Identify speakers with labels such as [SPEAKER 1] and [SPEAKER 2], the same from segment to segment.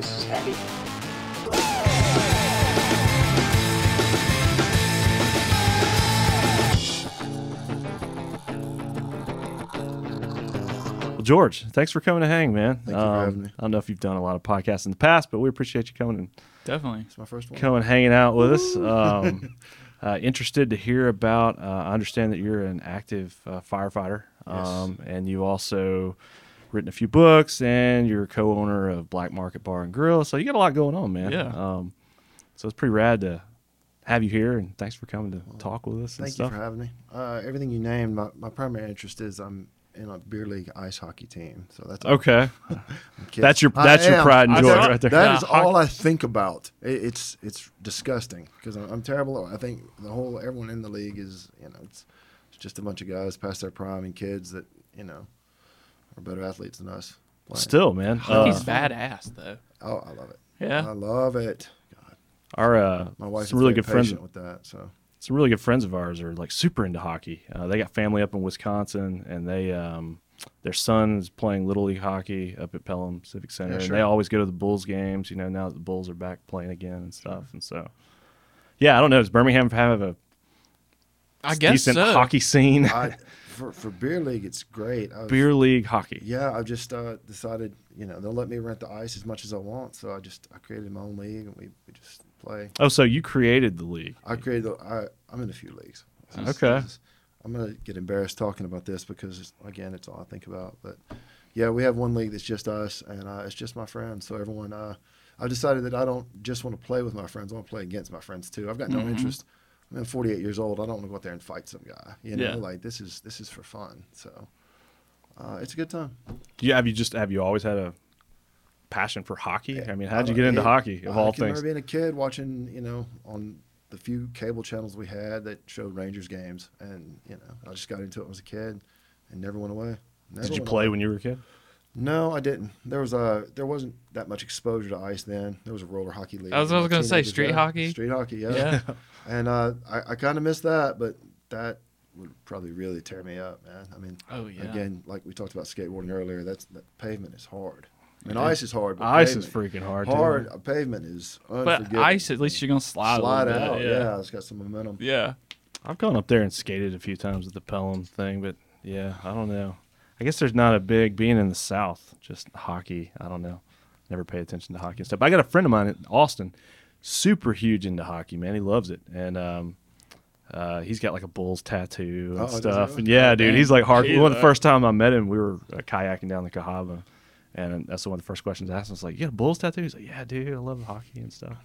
[SPEAKER 1] happy.
[SPEAKER 2] Well, George, thanks for coming to hang, man. Um,
[SPEAKER 3] Thank you for having me.
[SPEAKER 2] I don't know if you've done a lot of podcasts in the past, but we appreciate you coming and
[SPEAKER 4] Definitely.
[SPEAKER 3] It's my first one.
[SPEAKER 2] coming hanging out with us. Um, uh, interested to hear about. Uh, I understand that you're an active uh, firefighter,
[SPEAKER 3] Yes.
[SPEAKER 2] um, and you've also written a few books, and you're a co-owner of Black Market Bar and Grill. So you got a lot going on, man.
[SPEAKER 4] Yeah.
[SPEAKER 2] Um, so it's pretty rad to have you here, and thanks for coming to talk with us and
[SPEAKER 3] Thank you
[SPEAKER 2] stuff.
[SPEAKER 3] for having me. Uh, everything you named, my, my primary interest is I'm in a beer league ice hockey team. So that's
[SPEAKER 2] okay,
[SPEAKER 3] I'm
[SPEAKER 2] Oh,
[SPEAKER 3] kidding.
[SPEAKER 2] that's your
[SPEAKER 3] I
[SPEAKER 2] that's your
[SPEAKER 3] am.
[SPEAKER 2] pride and
[SPEAKER 4] I
[SPEAKER 2] joy
[SPEAKER 4] saw-
[SPEAKER 2] right there.
[SPEAKER 3] That is
[SPEAKER 4] Yeah,
[SPEAKER 3] all I think about. It, it's it's disgusting because I'm, I'm terrible. I think the whole everyone in the league is you know it's it's just a bunch of guys past their prime and kids that you know are better athletes than us. playing.
[SPEAKER 2] Still, man.
[SPEAKER 4] He's
[SPEAKER 2] Uh,
[SPEAKER 4] badass though.
[SPEAKER 3] oh, I love it.
[SPEAKER 4] Yeah.
[SPEAKER 3] I love it. God,
[SPEAKER 2] our uh,
[SPEAKER 3] my wife is
[SPEAKER 2] some really
[SPEAKER 3] very
[SPEAKER 2] good friends.
[SPEAKER 3] patient with that. So
[SPEAKER 2] some really good friends of ours are like super into hockey. Uh, they got family up in Wisconsin, and they um, their son is playing little league hockey up at Pelham Civic Center,
[SPEAKER 3] Yeah,
[SPEAKER 2] and
[SPEAKER 3] sure.
[SPEAKER 2] they always go to the Bulls games. You know, now that the Bulls are back playing again and stuff, and so yeah, I don't know. Does Birmingham have a
[SPEAKER 4] I guess
[SPEAKER 2] decent
[SPEAKER 4] so.
[SPEAKER 2] hockey scene?
[SPEAKER 3] I for for beer league it's great. I was-
[SPEAKER 2] Beer league hockey.
[SPEAKER 3] Yeah, I've just uh, decided, you know, they'll let me rent the ice as much as I want. So I just I created my own league and we, we just play.
[SPEAKER 2] Oh, so you created the league?
[SPEAKER 3] I created. the- I I'm in a few leagues. This is-
[SPEAKER 2] Okay.
[SPEAKER 3] this is- I'm gonna get embarrassed talking about this because it's, again, it's all I think about. But yeah, we have one league that's just us, and uh, it's just my friends. So everyone, uh, I've decided that I don't just want to play with my friends. I want to play against my friends too. I've got no interest. I'm 48 years old. I don't want to go out there and fight some guy. You know,
[SPEAKER 4] Yeah.
[SPEAKER 3] like this is this is for fun. So uh, it's a good time.
[SPEAKER 2] Do you have you just have you always had a passion for hockey? I mean, how'd you
[SPEAKER 3] Uh,
[SPEAKER 2] get into
[SPEAKER 3] it-
[SPEAKER 2] hockey of
[SPEAKER 3] I
[SPEAKER 2] all
[SPEAKER 3] can
[SPEAKER 2] things?
[SPEAKER 3] remember being a kid watching, you know, on the few cable channels we had that showed Rangers games, and you know, I just got into it when I was a kid, and never went away. Never
[SPEAKER 2] Did you
[SPEAKER 3] went
[SPEAKER 2] play
[SPEAKER 3] away.
[SPEAKER 2] when you were a kid?
[SPEAKER 3] No, I didn't. There was a there wasn't that much exposure to ice then. There was a roller hockey league.
[SPEAKER 4] That's what I was gonna say,
[SPEAKER 3] Teenagers
[SPEAKER 4] street
[SPEAKER 3] there.
[SPEAKER 4] hockey?
[SPEAKER 3] Street hockey, yeah.
[SPEAKER 4] Yeah.
[SPEAKER 3] and uh, I, I kind of missed that, but that would probably really tear me up, man. I mean,
[SPEAKER 4] Oh, yeah.
[SPEAKER 3] Again, like we talked about skateboarding earlier, that's that pavement is hard. I mean, ice is hard. But
[SPEAKER 2] Ice is
[SPEAKER 3] pavement-
[SPEAKER 2] freaking hard. dude.
[SPEAKER 3] hard. uh, Pavement is unforgiving.
[SPEAKER 4] But ice, at least you're gonna slide,
[SPEAKER 3] slide,
[SPEAKER 4] a little bit,
[SPEAKER 3] out.
[SPEAKER 4] Yeah.
[SPEAKER 3] Yeah. it's got some momentum.
[SPEAKER 4] Yeah.
[SPEAKER 2] I've gone up there and skated a few times at the Pelham thing, but yeah, I don't know. I guess there's not a big being in the South, just hockey. I don't know. Never pay attention to hockey and stuff. I got a friend of mine in Austin, super huge into hockey, man. He loves it, and um, uh, he's got like a Bulls tattoo and
[SPEAKER 3] Oh, does he
[SPEAKER 2] stuff.
[SPEAKER 3] really?
[SPEAKER 2] And yeah, dude,
[SPEAKER 4] dang.
[SPEAKER 2] he's like hard.
[SPEAKER 4] Jeez,
[SPEAKER 2] One of the
[SPEAKER 4] uh,
[SPEAKER 2] first time I met him, we were uh, kayaking down the Cahaba, and that's one of the first questions I asked. him. I was like, "You got a Bulls tattoo?" He's like, "Yeah, dude, I love hockey and stuff."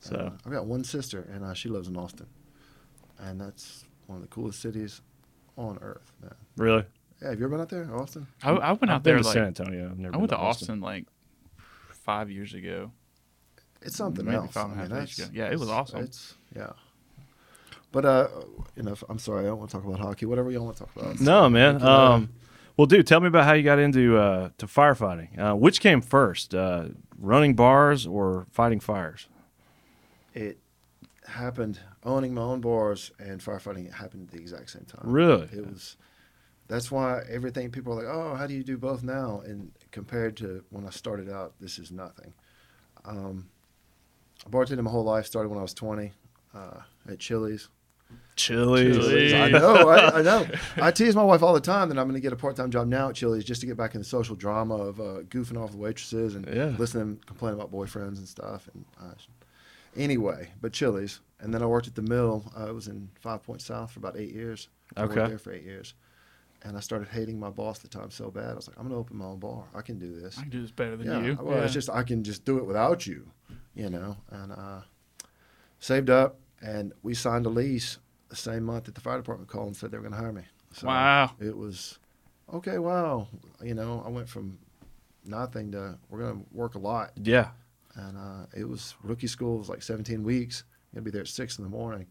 [SPEAKER 2] So.
[SPEAKER 3] Uh, I've got one sister, and uh, she lives in Austin, and that's one of the coolest cities on earth. Man.
[SPEAKER 2] Really,
[SPEAKER 3] Yeah, have you ever been out there, Austin?
[SPEAKER 4] I, I went
[SPEAKER 2] I've
[SPEAKER 4] out there
[SPEAKER 2] been to San
[SPEAKER 4] like
[SPEAKER 2] Antonio. I've never
[SPEAKER 4] I
[SPEAKER 2] been
[SPEAKER 4] went to Austin like five years ago.
[SPEAKER 3] It's something
[SPEAKER 4] Maybe
[SPEAKER 3] else.
[SPEAKER 4] five and a half
[SPEAKER 3] that's-
[SPEAKER 4] years ago. Yeah, it was
[SPEAKER 3] it's-
[SPEAKER 4] awesome.
[SPEAKER 3] It's yeah. But uh, you know, I'm sorry, I don't want to talk about hockey. Whatever y'all want to talk about.
[SPEAKER 2] No, man.
[SPEAKER 3] Thank you, Larry.
[SPEAKER 2] Um, well, dude, tell me about how you got into uh, to firefighting. Uh, which came first, uh, running bars or fighting fires?
[SPEAKER 3] it happened owning my own bars and firefighting happened at the exact same time.
[SPEAKER 2] Really?
[SPEAKER 3] It was that's why everything people are like, "Oh, how do you do both now?" and compared to when I started out, this is nothing. Um I bartended my whole life, started when I was 20 uh, at Chili's.
[SPEAKER 2] Chili's.
[SPEAKER 4] Chili's.
[SPEAKER 3] I
[SPEAKER 4] Jeez.
[SPEAKER 3] know, I, I know. I tease my wife all the time that I'm going to get a part-time job now at Chili's just to get back in the social drama of uh, goofing off the waitresses and
[SPEAKER 2] Yeah.
[SPEAKER 3] listening to them complain about boyfriends and stuff. And uh, anyway, but Chili's, and then I worked at the mill. I was in Five Point South for about eight years. I
[SPEAKER 2] Okay.
[SPEAKER 3] worked there for eight years, and I started hating my boss at the time so bad. I was like, I'm going to open my own bar. I can do this.
[SPEAKER 4] I can do this better than
[SPEAKER 3] Yeah.
[SPEAKER 4] you.
[SPEAKER 3] Well,
[SPEAKER 4] yeah.
[SPEAKER 3] it's just I can just do it without you, you know. And uh, saved up, and we signed a lease the same month that the fire department called and said they were going to hire me.
[SPEAKER 2] uh,
[SPEAKER 3] So
[SPEAKER 4] Wow.
[SPEAKER 3] It was okay. Wow. You know, I went from nothing to we're going to work a lot,
[SPEAKER 2] Yeah.
[SPEAKER 3] and uh, it was rookie school. It was like 17 weeks. You'd be there at six in the morning,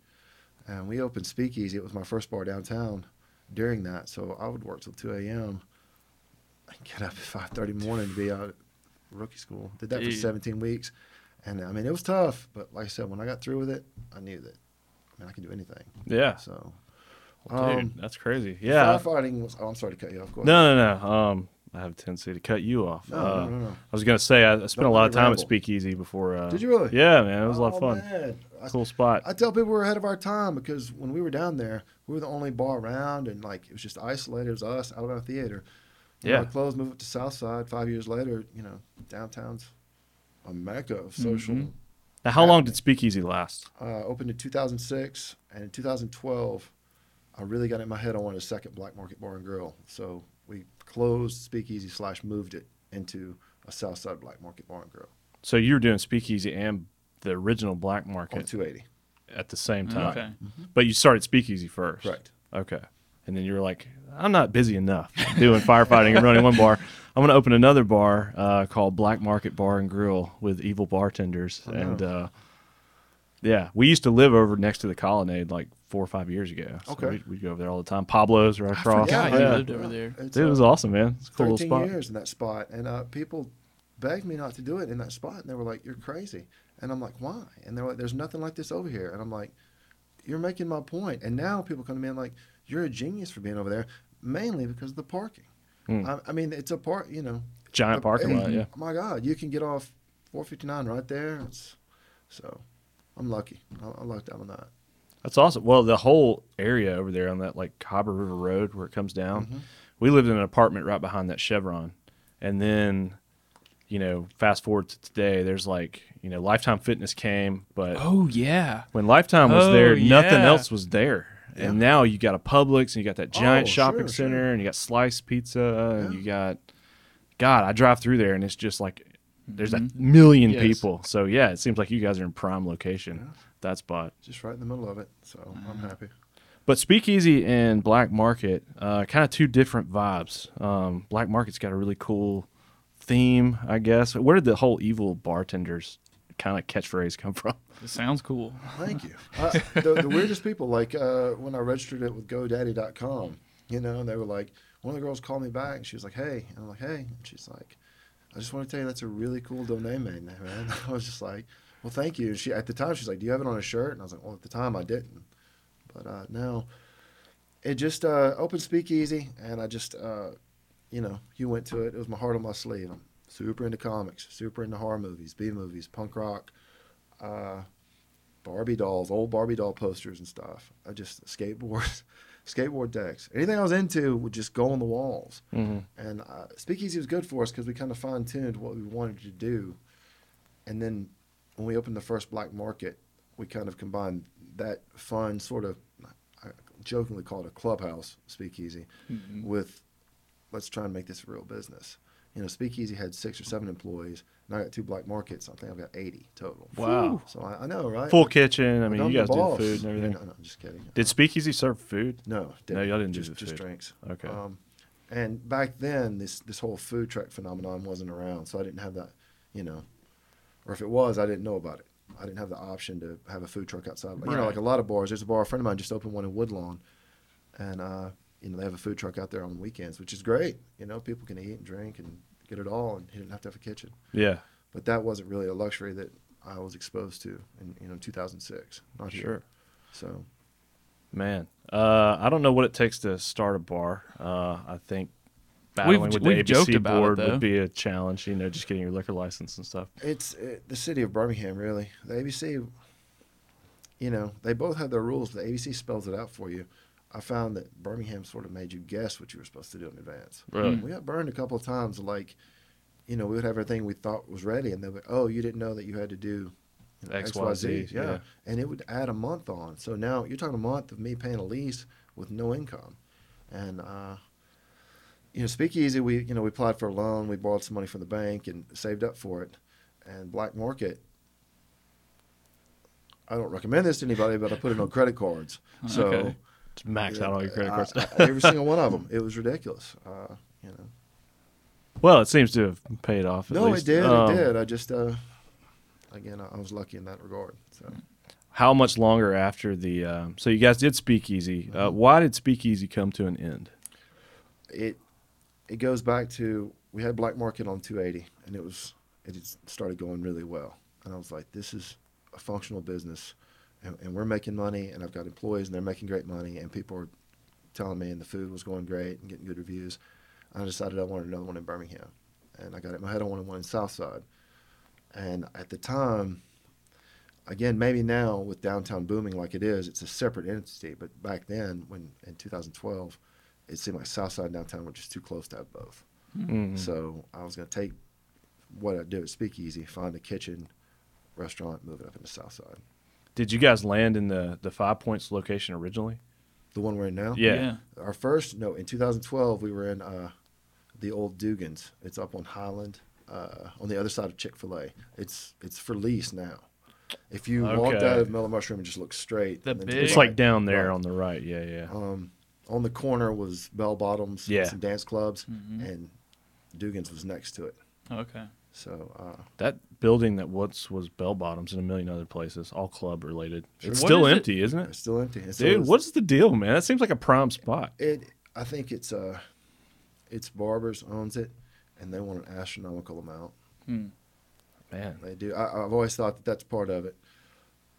[SPEAKER 3] and we opened Speakeasy. It was my first bar downtown. During that, so I would work till 2 a.m. and get up at 5:30 in the morning to be out at rookie school. Did that for
[SPEAKER 4] Dude.
[SPEAKER 3] 17 weeks, and I mean it was tough. But like I said, when I got through with it, I knew that I mean I can do anything.
[SPEAKER 2] Yeah.
[SPEAKER 3] So,
[SPEAKER 2] Dude,
[SPEAKER 3] um,
[SPEAKER 2] that's crazy. Yeah.
[SPEAKER 3] firefighting was. Oh, I'm sorry to cut you off. Go ahead.
[SPEAKER 2] No, no, no. Um, I have a tendency to cut you off.
[SPEAKER 3] No,
[SPEAKER 2] Uh,
[SPEAKER 3] no, no, no.
[SPEAKER 2] I was gonna say I, I spent
[SPEAKER 3] Don't
[SPEAKER 2] a lot
[SPEAKER 3] let
[SPEAKER 2] of
[SPEAKER 3] it
[SPEAKER 2] time at
[SPEAKER 3] ramble.
[SPEAKER 2] Speakeasy before. Uh,
[SPEAKER 3] Did you really?
[SPEAKER 2] Yeah, man, it was a lot of
[SPEAKER 3] Oh,
[SPEAKER 2] fun.
[SPEAKER 3] man. I,
[SPEAKER 2] Cool spot.
[SPEAKER 3] I tell people we're ahead of our time because when we were down there, we were the only bar around, and like it was just isolated. It was us, Alabama Theater. You know,
[SPEAKER 2] Yeah.
[SPEAKER 3] I closed, moved up to Southside. Five years later, you know, downtown's a mecca of social.
[SPEAKER 4] Mhm.
[SPEAKER 2] now, how long did Speakeasy last?
[SPEAKER 3] Uh, opened in 2006, and in 2012, I really got it in my head. I wanted a second black market bar and grill, so we closed Speakeasy slash moved it into a Southside black market bar and grill
[SPEAKER 2] So you were doing Speakeasy and the original Black Market
[SPEAKER 3] on 280.
[SPEAKER 2] at the same time,
[SPEAKER 4] Mm-hmm. Okay.
[SPEAKER 3] Mm-hmm.
[SPEAKER 2] but you started Speakeasy first,
[SPEAKER 3] Correct.
[SPEAKER 2] Okay, and then you were like, I'm not busy enough doing firefighting and running one bar. I'm gonna open another bar uh, called Black Market Bar and Grill with evil bartenders,
[SPEAKER 3] I know.
[SPEAKER 2] and uh, yeah, we used to live over next to the Colonnade like four or five years ago. So
[SPEAKER 3] Okay.
[SPEAKER 2] we'd, we'd go over there all the time. Pablo's right across.
[SPEAKER 4] forgot you
[SPEAKER 2] yeah.
[SPEAKER 4] lived over there.
[SPEAKER 3] It's,
[SPEAKER 2] Dude, it
[SPEAKER 3] uh,
[SPEAKER 2] was awesome, man. It's a cool little
[SPEAKER 3] 13
[SPEAKER 2] spot.
[SPEAKER 3] years in that spot and uh, people begged me not to do it in that spot and they were like you're crazy and i'm like why and they're like there's nothing like this over here and i'm like you're making my point and now people come to me and like you're a genius for being over there mainly because of the parking
[SPEAKER 2] Hmm.
[SPEAKER 3] I, I mean it's a park you know
[SPEAKER 2] Giant
[SPEAKER 3] the-
[SPEAKER 2] parking
[SPEAKER 3] and-
[SPEAKER 2] lot. Yeah.
[SPEAKER 3] my god you can get off 459 right there it's, so i'm lucky i, I lucked out on that
[SPEAKER 2] That's awesome. Well, the whole area over there on that like Cobber River Road where it comes down,
[SPEAKER 3] Mhm.
[SPEAKER 2] we lived in an apartment right behind that Chevron, and then, you know, fast forward to today, there's like you know Lifetime Fitness came, but
[SPEAKER 4] Oh yeah.
[SPEAKER 2] when Lifetime was
[SPEAKER 4] Oh,
[SPEAKER 2] there, nothing
[SPEAKER 4] yeah.
[SPEAKER 2] else was there. And now you got a Publix and you got that giant
[SPEAKER 3] Oh,
[SPEAKER 2] shopping
[SPEAKER 3] sure,
[SPEAKER 2] center and you got Slice Pizza and
[SPEAKER 3] Yeah.
[SPEAKER 2] you got God, I drive through there and it's just like there's a
[SPEAKER 3] Mm-hmm.
[SPEAKER 2] million
[SPEAKER 4] Yes.
[SPEAKER 2] people. So yeah, it seems like you guys are in prime location.
[SPEAKER 3] Yeah.
[SPEAKER 2] That spot.
[SPEAKER 3] just right in the middle of it so i'm happy
[SPEAKER 2] But Speakeasy and Black Market, uh, kind of two different vibes. Um, Black Market's got a really cool theme, I guess. Where did the whole evil bartenders kind of catchphrase come from?
[SPEAKER 4] It sounds cool.
[SPEAKER 3] Thank you. Uh, the, the weirdest people, like uh, when I registered it with GoDaddy.com, you know, and they were like, one of the girls called me back and she was like, hey. And I'm like, hey. And she's like, I just want to tell you that's a really cool domain name, man. I was just like, well, thank you. And she, at the time, she's like, do you have it on a shirt? And I was like, well, at the time, I didn't. But uh, now it just uh, opened Speakeasy and I just, uh, you know, you went to it. It was my heart on my sleeve. I'm super into comics, super into horror movies, B movies, punk rock. Uh, Barbie dolls, old Barbie doll posters and stuff. I just skateboards, skateboard decks. Anything I was into would just go on the walls.
[SPEAKER 2] Mm-hmm.
[SPEAKER 3] And uh, Speakeasy was good for us because we kind of fine tuned what we wanted to do. And then when we opened the first black market, we kind of combined that fun sort of, I jokingly call it a clubhouse speakeasy,
[SPEAKER 4] Mhm.
[SPEAKER 3] with let's try and make this a real business. You know, Speakeasy had six or seven employees, and I got two black markets. I think I've got 80 total.
[SPEAKER 2] Wow.
[SPEAKER 3] So I, I know, right?
[SPEAKER 2] Full kitchen. I mean,
[SPEAKER 3] I'm
[SPEAKER 2] you guys
[SPEAKER 3] the
[SPEAKER 2] do
[SPEAKER 3] boss.
[SPEAKER 2] food and everything.
[SPEAKER 3] Yeah, no, no, I'm just kidding. Um,
[SPEAKER 2] Did Speakeasy serve food?
[SPEAKER 3] no,
[SPEAKER 2] No, y'all didn't do
[SPEAKER 3] just,
[SPEAKER 2] the
[SPEAKER 3] just
[SPEAKER 2] food.
[SPEAKER 3] drinks.
[SPEAKER 2] Okay.
[SPEAKER 3] Um, and back then, this this whole food truck phenomenon wasn't around, so I didn't have that, you know, or if it was, I didn't know about it. I didn't have the option to have a food truck outside. You know,
[SPEAKER 4] Right.
[SPEAKER 3] like a lot of bars. There's a bar a friend of mine just opened one in Woodlawn, and uh, you know they have a food truck out there on weekends, which is great. You know, people can eat and drink and get it all, and he didn't have to have a kitchen.
[SPEAKER 2] yeah.
[SPEAKER 3] But that wasn't really a luxury that I was exposed to in you know 2006. Not here.
[SPEAKER 2] Sure.
[SPEAKER 3] So
[SPEAKER 2] Man, uh, I don't know what it takes to start a bar. Uh, I think battling with the
[SPEAKER 4] we've joked
[SPEAKER 2] ABC
[SPEAKER 4] about it,
[SPEAKER 2] board
[SPEAKER 4] though.
[SPEAKER 2] would be a challenge. You know, just getting your liquor license and stuff.
[SPEAKER 3] it's uh the city of Birmingham, really. The ABC, you know, they both have their rules, but the ABC spells it out for you. I found that Birmingham sort of made you guess what you were supposed to do in advance.
[SPEAKER 2] Really?
[SPEAKER 4] Mm.
[SPEAKER 3] We got burned a couple of times, like, you know, we would have everything we thought was ready, and they would, oh, you didn't know that you had to do you know,
[SPEAKER 2] X,
[SPEAKER 3] X,
[SPEAKER 2] Y,
[SPEAKER 3] Y, Z.
[SPEAKER 2] Z,
[SPEAKER 3] Yeah.
[SPEAKER 2] yeah.
[SPEAKER 3] And it would add a month on. So now you're talking a month of me paying a lease with no income. And, uh, you know, Speakeasy, we you know we applied for a loan, we borrowed some money from the bank and saved up for it. And Black Market, I don't recommend this to anybody, but I put it on credit cards. So
[SPEAKER 4] Okay.
[SPEAKER 2] Just max out all your credit
[SPEAKER 3] I-
[SPEAKER 2] cards.
[SPEAKER 3] I- every single one of them. It was ridiculous. Uh, you know,
[SPEAKER 2] Well, it seems to have paid off. At
[SPEAKER 3] no,
[SPEAKER 2] least.
[SPEAKER 3] it did,
[SPEAKER 2] Um,
[SPEAKER 3] it did. I just uh, again, I, I was lucky in that regard. So
[SPEAKER 2] How much longer after the? Um, so you guys did Speakeasy. Uh, why did Speakeasy come to an end?
[SPEAKER 3] it it goes back to we had Black Market on 280, and it was it had started going really well, and I was like, this is a functional business, and, and we're making money, and I've got employees, and they're making great money, and people are telling me, and the food was going great, and getting good reviews. I decided I wanted another one in Birmingham, and I got it. in My head I wanted one in Southside, and at the time, again maybe now with downtown booming like it is, it's a separate entity. But back then, when in 2012, it seemed like Southside and downtown were just too close to have both.
[SPEAKER 2] Mm.
[SPEAKER 3] So I was going to take what I do at Speakeasy, find a kitchen, restaurant, move it up into Southside.
[SPEAKER 2] Did you guys land in the the Five Points location originally?
[SPEAKER 3] The one we're in now.
[SPEAKER 2] Yeah.
[SPEAKER 3] Our first, no, in 2012, we were in uh, the old Dugan's. It's up on Highland, uh, on the other side of Chick Fil A. It's it's for lease now. If you walked
[SPEAKER 2] Okay.
[SPEAKER 3] out of Mellow Mushroom and just looked straight,
[SPEAKER 4] The
[SPEAKER 3] and then to
[SPEAKER 4] big-
[SPEAKER 3] the
[SPEAKER 2] It's
[SPEAKER 4] Right.
[SPEAKER 2] like down there
[SPEAKER 3] Right.
[SPEAKER 2] on the right. Yeah, yeah.
[SPEAKER 3] Um, on the corner was Bell Bottoms,
[SPEAKER 2] Yeah.
[SPEAKER 3] some dance clubs,
[SPEAKER 4] Mhm.
[SPEAKER 3] and Dugan's was next to it.
[SPEAKER 4] Okay.
[SPEAKER 3] So uh,
[SPEAKER 2] That building that once was Bell Bottoms and a million other places, all club related.
[SPEAKER 3] Sure.
[SPEAKER 2] It's
[SPEAKER 4] What
[SPEAKER 2] still
[SPEAKER 4] is it?
[SPEAKER 2] empty, is isn't
[SPEAKER 3] it's
[SPEAKER 2] it?
[SPEAKER 3] still empty. And so it
[SPEAKER 2] Dude,
[SPEAKER 3] was-
[SPEAKER 2] what's the deal, man? That seems like a prime spot.
[SPEAKER 3] It, I think it's uh, it's Barbers owns it, and they want an astronomical amount.
[SPEAKER 4] Hmm.
[SPEAKER 2] Man.
[SPEAKER 3] They do. I, I've always thought that that's part of it.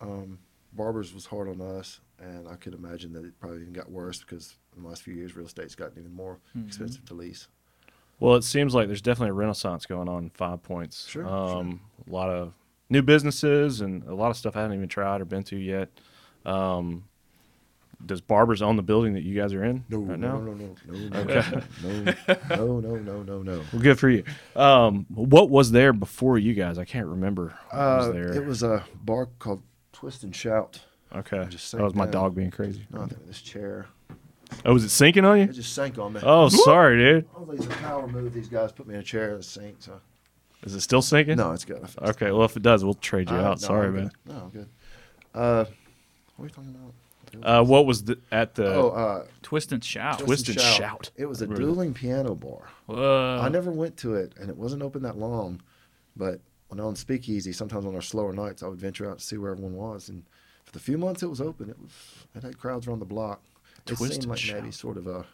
[SPEAKER 3] Um, Barbers was hard on us, and I could imagine that it probably even got worse because in the last few years, real estate's gotten even more
[SPEAKER 2] Mm-hmm.
[SPEAKER 4] Mhm.
[SPEAKER 3] expensive to lease.
[SPEAKER 2] Well, it seems like there's definitely a renaissance going on in Five Points.
[SPEAKER 3] Sure,
[SPEAKER 2] Um, A lot of new businesses and a lot of stuff I haven't even tried or been to yet. Um, does Barbers own the building that you guys are in right now?
[SPEAKER 3] no, no, no, no, no, no, no, no, no, no, no.
[SPEAKER 2] Well, good for you. Um, what was there before you guys? I can't remember. What
[SPEAKER 3] Uh,
[SPEAKER 2] was there?
[SPEAKER 3] it was a bar called Twist and Shout.
[SPEAKER 2] okay.
[SPEAKER 3] just
[SPEAKER 2] That was my
[SPEAKER 3] sank down.
[SPEAKER 2] dog being crazy.
[SPEAKER 3] No, I think this chair.
[SPEAKER 2] Oh, was it sinking on
[SPEAKER 3] It
[SPEAKER 2] you?
[SPEAKER 3] just sank on me.
[SPEAKER 2] Oh, sorry, dude.
[SPEAKER 3] I think it's a power move. These guys put me in a chair and it sank. So.
[SPEAKER 2] Is it still sinking?
[SPEAKER 3] No, it's good. I fixed it.
[SPEAKER 2] Okay. Well, if it does, we'll trade you
[SPEAKER 3] Uh,
[SPEAKER 2] out.
[SPEAKER 3] no,
[SPEAKER 2] sorry,
[SPEAKER 3] I'm good.
[SPEAKER 2] man.
[SPEAKER 3] No, I'm good. Uh, what are you talking about?
[SPEAKER 2] Uh, what was the, at the?
[SPEAKER 3] oh, uh,
[SPEAKER 4] Twist and shout.
[SPEAKER 2] Twist- and Shout.
[SPEAKER 3] It was a
[SPEAKER 2] Remember Uh-huh.
[SPEAKER 3] dueling piano bar.
[SPEAKER 4] Whoa.
[SPEAKER 3] I never went to it, and it wasn't open that long. But when I was on Speakeasy, sometimes on our slower nights, I would venture out to see where everyone was. And for the few months it was open, it was it had crowds around the block. It
[SPEAKER 2] Twist
[SPEAKER 3] seemed
[SPEAKER 2] and
[SPEAKER 3] like maybe
[SPEAKER 2] Shout.
[SPEAKER 3] sort of a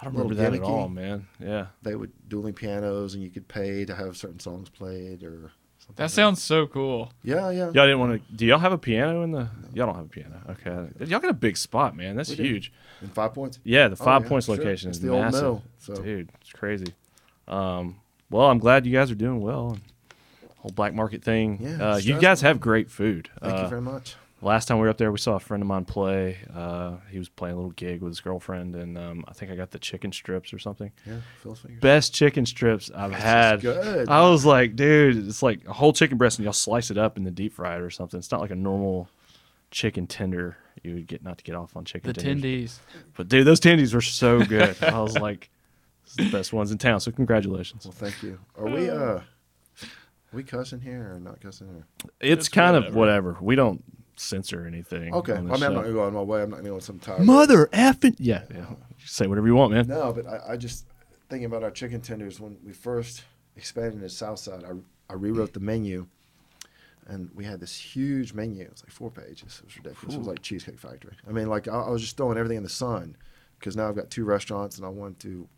[SPEAKER 2] I don't
[SPEAKER 3] little
[SPEAKER 2] remember that at
[SPEAKER 3] gimmicky.
[SPEAKER 2] all, man. Yeah.
[SPEAKER 3] they would dueling pianos, and you could pay to have certain songs played or something.
[SPEAKER 4] that
[SPEAKER 3] like
[SPEAKER 4] sounds so cool.
[SPEAKER 3] Yeah, yeah.
[SPEAKER 2] Y'all didn't want to. Do y'all have a piano in the? Y'all don't have a piano. Okay. Y'all got a big spot, man. That's
[SPEAKER 3] We do.
[SPEAKER 2] huge.
[SPEAKER 3] And five points.
[SPEAKER 2] Yeah, the
[SPEAKER 3] Oh,
[SPEAKER 2] Five
[SPEAKER 3] yeah,
[SPEAKER 2] Points
[SPEAKER 3] sure.
[SPEAKER 2] location
[SPEAKER 3] It's
[SPEAKER 2] is
[SPEAKER 3] the old
[SPEAKER 2] massive.
[SPEAKER 3] mill, so.
[SPEAKER 2] Dude, it's crazy. Um, well, I'm glad you guys are doing well. And whole black market thing.
[SPEAKER 3] Yeah,
[SPEAKER 2] uh,
[SPEAKER 3] it's
[SPEAKER 2] you
[SPEAKER 3] stressful.
[SPEAKER 2] guys have great food.
[SPEAKER 3] Thank
[SPEAKER 2] Uh,
[SPEAKER 3] you very much.
[SPEAKER 2] last time we were up there, we saw a friend of mine play. Uh, he was playing a little gig with his girlfriend, and um, I think I got the chicken strips or something.
[SPEAKER 3] Yeah, Phil fingers.
[SPEAKER 2] Best chicken strips I've
[SPEAKER 3] This is
[SPEAKER 2] had.
[SPEAKER 3] good.
[SPEAKER 2] I was like, dude, it's like a whole chicken breast, and y'all slice it up in the deep fryer or something. It's not like a normal chicken tender. You would get not to get off on chicken
[SPEAKER 4] The
[SPEAKER 2] tenders.
[SPEAKER 4] tendies.
[SPEAKER 2] But dude, those tendies were so good. I was like, this is the best ones in town. So congratulations.
[SPEAKER 3] Well, thank you. Are we uh, we cussing here or not cussing here?
[SPEAKER 2] It's
[SPEAKER 4] It's
[SPEAKER 2] kind of
[SPEAKER 4] whatever.
[SPEAKER 2] whatever. We don't censor anything.
[SPEAKER 3] Okay, I
[SPEAKER 2] on
[SPEAKER 3] mean,
[SPEAKER 2] this
[SPEAKER 3] I'm not
[SPEAKER 2] show.
[SPEAKER 3] gonna go on my way. I'm not gonna go on some tire.
[SPEAKER 2] Mother effing yeah, yeah. Say whatever you want, man.
[SPEAKER 3] No, but I, I just thinking about our chicken tenders when we first expanded to Southside. I I rewrote the menu, and we had this huge menu. It was like four pages. It was ridiculous. It was like Cheesecake Factory. I mean, like I, I was just throwing everything in the sun because now I've got two restaurants and I want to,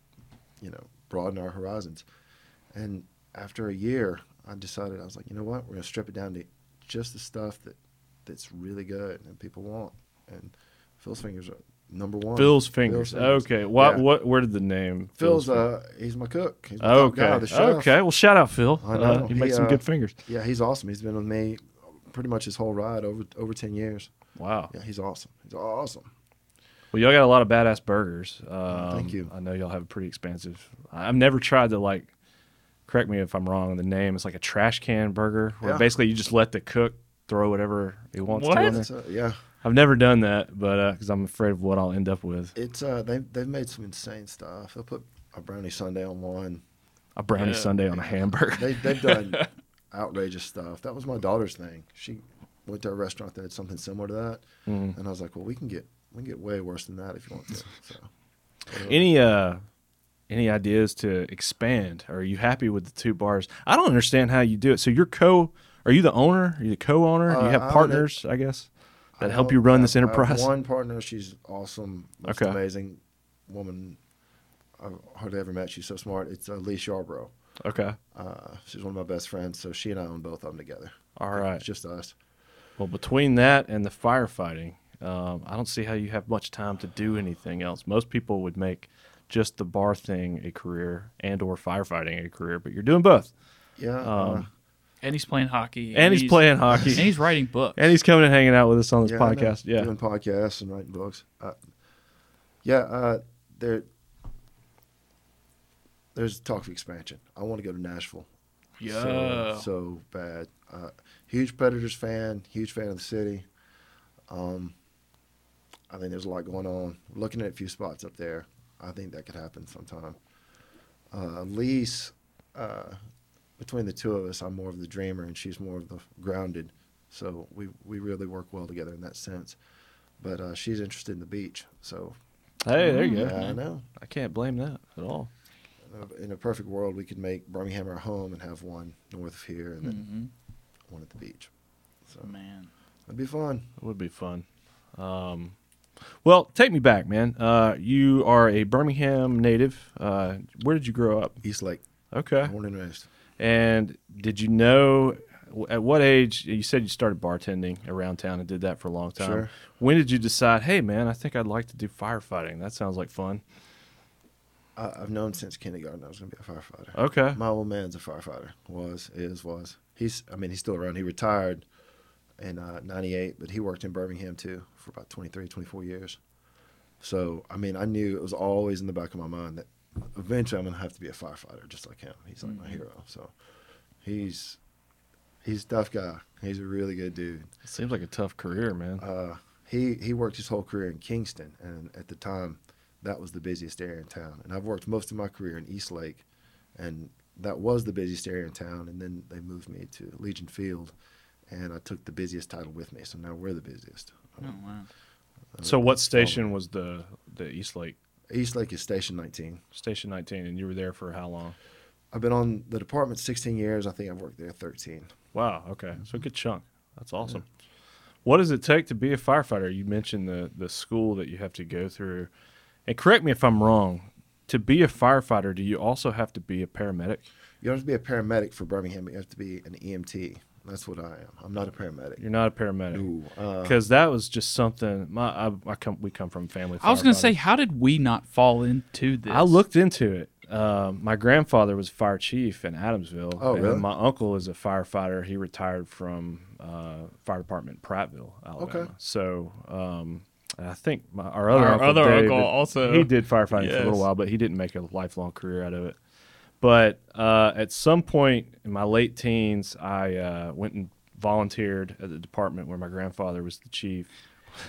[SPEAKER 3] you know, broaden our horizons. And after a year, I decided I was like, you know what? We're gonna strip it down to just the stuff that that's really good and people want. And Phil's fingers are number one.
[SPEAKER 2] Phil's fingers. Okay. What?
[SPEAKER 3] Yeah.
[SPEAKER 2] What? Where did the name
[SPEAKER 3] Phil's
[SPEAKER 2] Fingers-
[SPEAKER 3] uh he's my cook. He's my top
[SPEAKER 2] Okay.
[SPEAKER 3] guy, the chef.
[SPEAKER 2] okay. Well, shout out Phil.
[SPEAKER 3] I
[SPEAKER 2] Uh,
[SPEAKER 3] know.
[SPEAKER 2] he makes
[SPEAKER 3] He,
[SPEAKER 2] some
[SPEAKER 3] uh,
[SPEAKER 2] good fingers.
[SPEAKER 3] Yeah, he's awesome. He's been with me pretty much his whole ride over over ten years.
[SPEAKER 2] Wow.
[SPEAKER 3] Yeah, he's awesome. He's awesome.
[SPEAKER 2] Well, y'all got a lot of badass burgers. Um,
[SPEAKER 3] Oh, Thank you.
[SPEAKER 2] I know y'all have a pretty expansive. I- I've never tried to like. Correct me if I'm wrong on the name. It's like a trash can burger, where
[SPEAKER 3] Yeah.
[SPEAKER 2] basically you just let the cook throw whatever he wants to. In
[SPEAKER 4] What?
[SPEAKER 2] there.
[SPEAKER 3] It's, uh, yeah,
[SPEAKER 2] I've never done that, but because I'm afraid of what I'll end up with.
[SPEAKER 3] it's uh they they've made some insane stuff. They'll put a brownie sundae on one.
[SPEAKER 2] A brownie
[SPEAKER 4] Yeah.
[SPEAKER 2] sundae on a hamburger.
[SPEAKER 3] They they've done outrageous stuff. That was my daughter's thing. She went to a restaurant that had something similar to that,
[SPEAKER 2] Mm.
[SPEAKER 3] and I was like, well, we can get we can get way worse than that if you want to. So
[SPEAKER 2] Any uh, any ideas to expand? Are you happy with the two bars? I don't understand how you do it. So you're co. Are you the owner? Are you the co-owner? Do
[SPEAKER 3] Uh,
[SPEAKER 2] you
[SPEAKER 3] I own
[SPEAKER 2] have
[SPEAKER 3] it.
[SPEAKER 2] partners, I guess,
[SPEAKER 3] I
[SPEAKER 2] that help
[SPEAKER 3] don't
[SPEAKER 2] you run
[SPEAKER 3] have-
[SPEAKER 2] this
[SPEAKER 3] I have
[SPEAKER 2] enterprise.
[SPEAKER 3] one partner, she's awesome, most
[SPEAKER 2] Okay.
[SPEAKER 3] amazing woman I've hardly ever met. She's so smart. It's uh, Lee Sharbrough.
[SPEAKER 2] Okay.
[SPEAKER 3] Uh, she's one of my best friends, so she and I own both of them together.
[SPEAKER 2] All right.
[SPEAKER 3] It's just us.
[SPEAKER 2] Well, between that and the firefighting, um, I don't see how you have much time to do anything else. Most people would make just the bar thing a career and or firefighting a career, but you're doing both.
[SPEAKER 3] Yeah. uh,
[SPEAKER 2] Um,
[SPEAKER 4] And he's playing hockey.
[SPEAKER 2] and he's, playing hockey,
[SPEAKER 4] And he's writing books.
[SPEAKER 2] and he's coming and hanging out with us on this
[SPEAKER 3] yeah, I know,
[SPEAKER 2] podcast. Yeah,
[SPEAKER 3] Doing podcasts and writing books. Uh, yeah. Uh, there. There's talk of expansion. I want to go to Nashville.
[SPEAKER 4] yeah.
[SPEAKER 3] So, so bad. Uh, huge Predators fan, huge fan of the city. Um, I think there's a lot going on. Looking at a few spots up there, I think that could happen sometime. Uh, Lise, uh, between the two of us, I'm more of the dreamer and she's more of the grounded. So we, we really work well together in that sense. But uh, she's interested in the beach. So
[SPEAKER 2] hey, there you go.
[SPEAKER 3] yeah, I know.
[SPEAKER 2] I can't blame that at all.
[SPEAKER 3] In a perfect world, we could make Birmingham our home and have one north of here and then
[SPEAKER 4] Mhm.
[SPEAKER 3] one at the beach. So
[SPEAKER 4] Man.
[SPEAKER 3] That'd be fun.
[SPEAKER 2] It would be fun. Um, well, take me back, man. Uh, you are a Birmingham native. Uh, where did you grow up?
[SPEAKER 3] East Lake,
[SPEAKER 2] Okay.
[SPEAKER 3] born and raised.
[SPEAKER 2] And did you know at what age? You said you started bartending around town and did that for a long time.
[SPEAKER 3] Sure.
[SPEAKER 2] When did you decide, hey, man, I think I'd like to do firefighting? That sounds like fun.
[SPEAKER 3] I, I've known since kindergarten I was going to be a firefighter.
[SPEAKER 2] Okay.
[SPEAKER 3] My old man's a firefighter. Was, is, was. He's, I mean, he's still around. He retired in uh, 98, but he worked in Birmingham too for about 23, 24 years. So, I mean, I knew it was always in the back of my mind that eventually I'm going to have to be a firefighter just like him. He's like my hero. So he's, he's a tough guy. He's a really good dude.
[SPEAKER 2] Seems like a tough career, man.
[SPEAKER 3] uh, he he worked his whole career in Kingston, and at the time, that was the busiest area in town. And I've worked most of my career in East Lake, and that was the busiest area in town. And then they moved me to Legion Field, and I took the busiest title with me. So now we're the busiest.
[SPEAKER 4] Oh, wow.
[SPEAKER 2] So, what station was the the East Lake
[SPEAKER 3] East Lake is Station 19.
[SPEAKER 2] Station 19? And you were there for how long?
[SPEAKER 3] I've been on the department 16 years. I think I've worked there 13.
[SPEAKER 2] Wow. Okay. So a good chunk. That's awesome. What does it take to be a firefighter? You mentioned the the school that you have to go through, and correct me if I'm wrong. To be a firefighter, do you also have to be a paramedic?
[SPEAKER 3] You don't have to be a paramedic for Birmingham, but you have to be an EMT. That's what I am. I'm not a paramedic.
[SPEAKER 2] You're not a paramedic
[SPEAKER 3] No. Uh,
[SPEAKER 2] because that was just something. My I, I come we come from family.
[SPEAKER 4] I was going to say,
[SPEAKER 2] firefighters.
[SPEAKER 4] how did we not fall into this?
[SPEAKER 2] I looked into it. Um, my grandfather was fire chief in Adamsville.
[SPEAKER 3] Oh,
[SPEAKER 2] and
[SPEAKER 3] really?
[SPEAKER 2] My uncle is a firefighter. He retired from uh, fire department in Prattville, Alabama.
[SPEAKER 3] Okay.
[SPEAKER 2] So um, and I think my, our other
[SPEAKER 4] Our
[SPEAKER 2] uncle,
[SPEAKER 4] other
[SPEAKER 2] David,
[SPEAKER 4] uncle also-
[SPEAKER 2] he did firefighting for a
[SPEAKER 4] Yes.
[SPEAKER 2] little while, but he didn't make a lifelong career out of it. But uh, at some point in my late teens, I uh, went and volunteered at the department where my grandfather was the chief.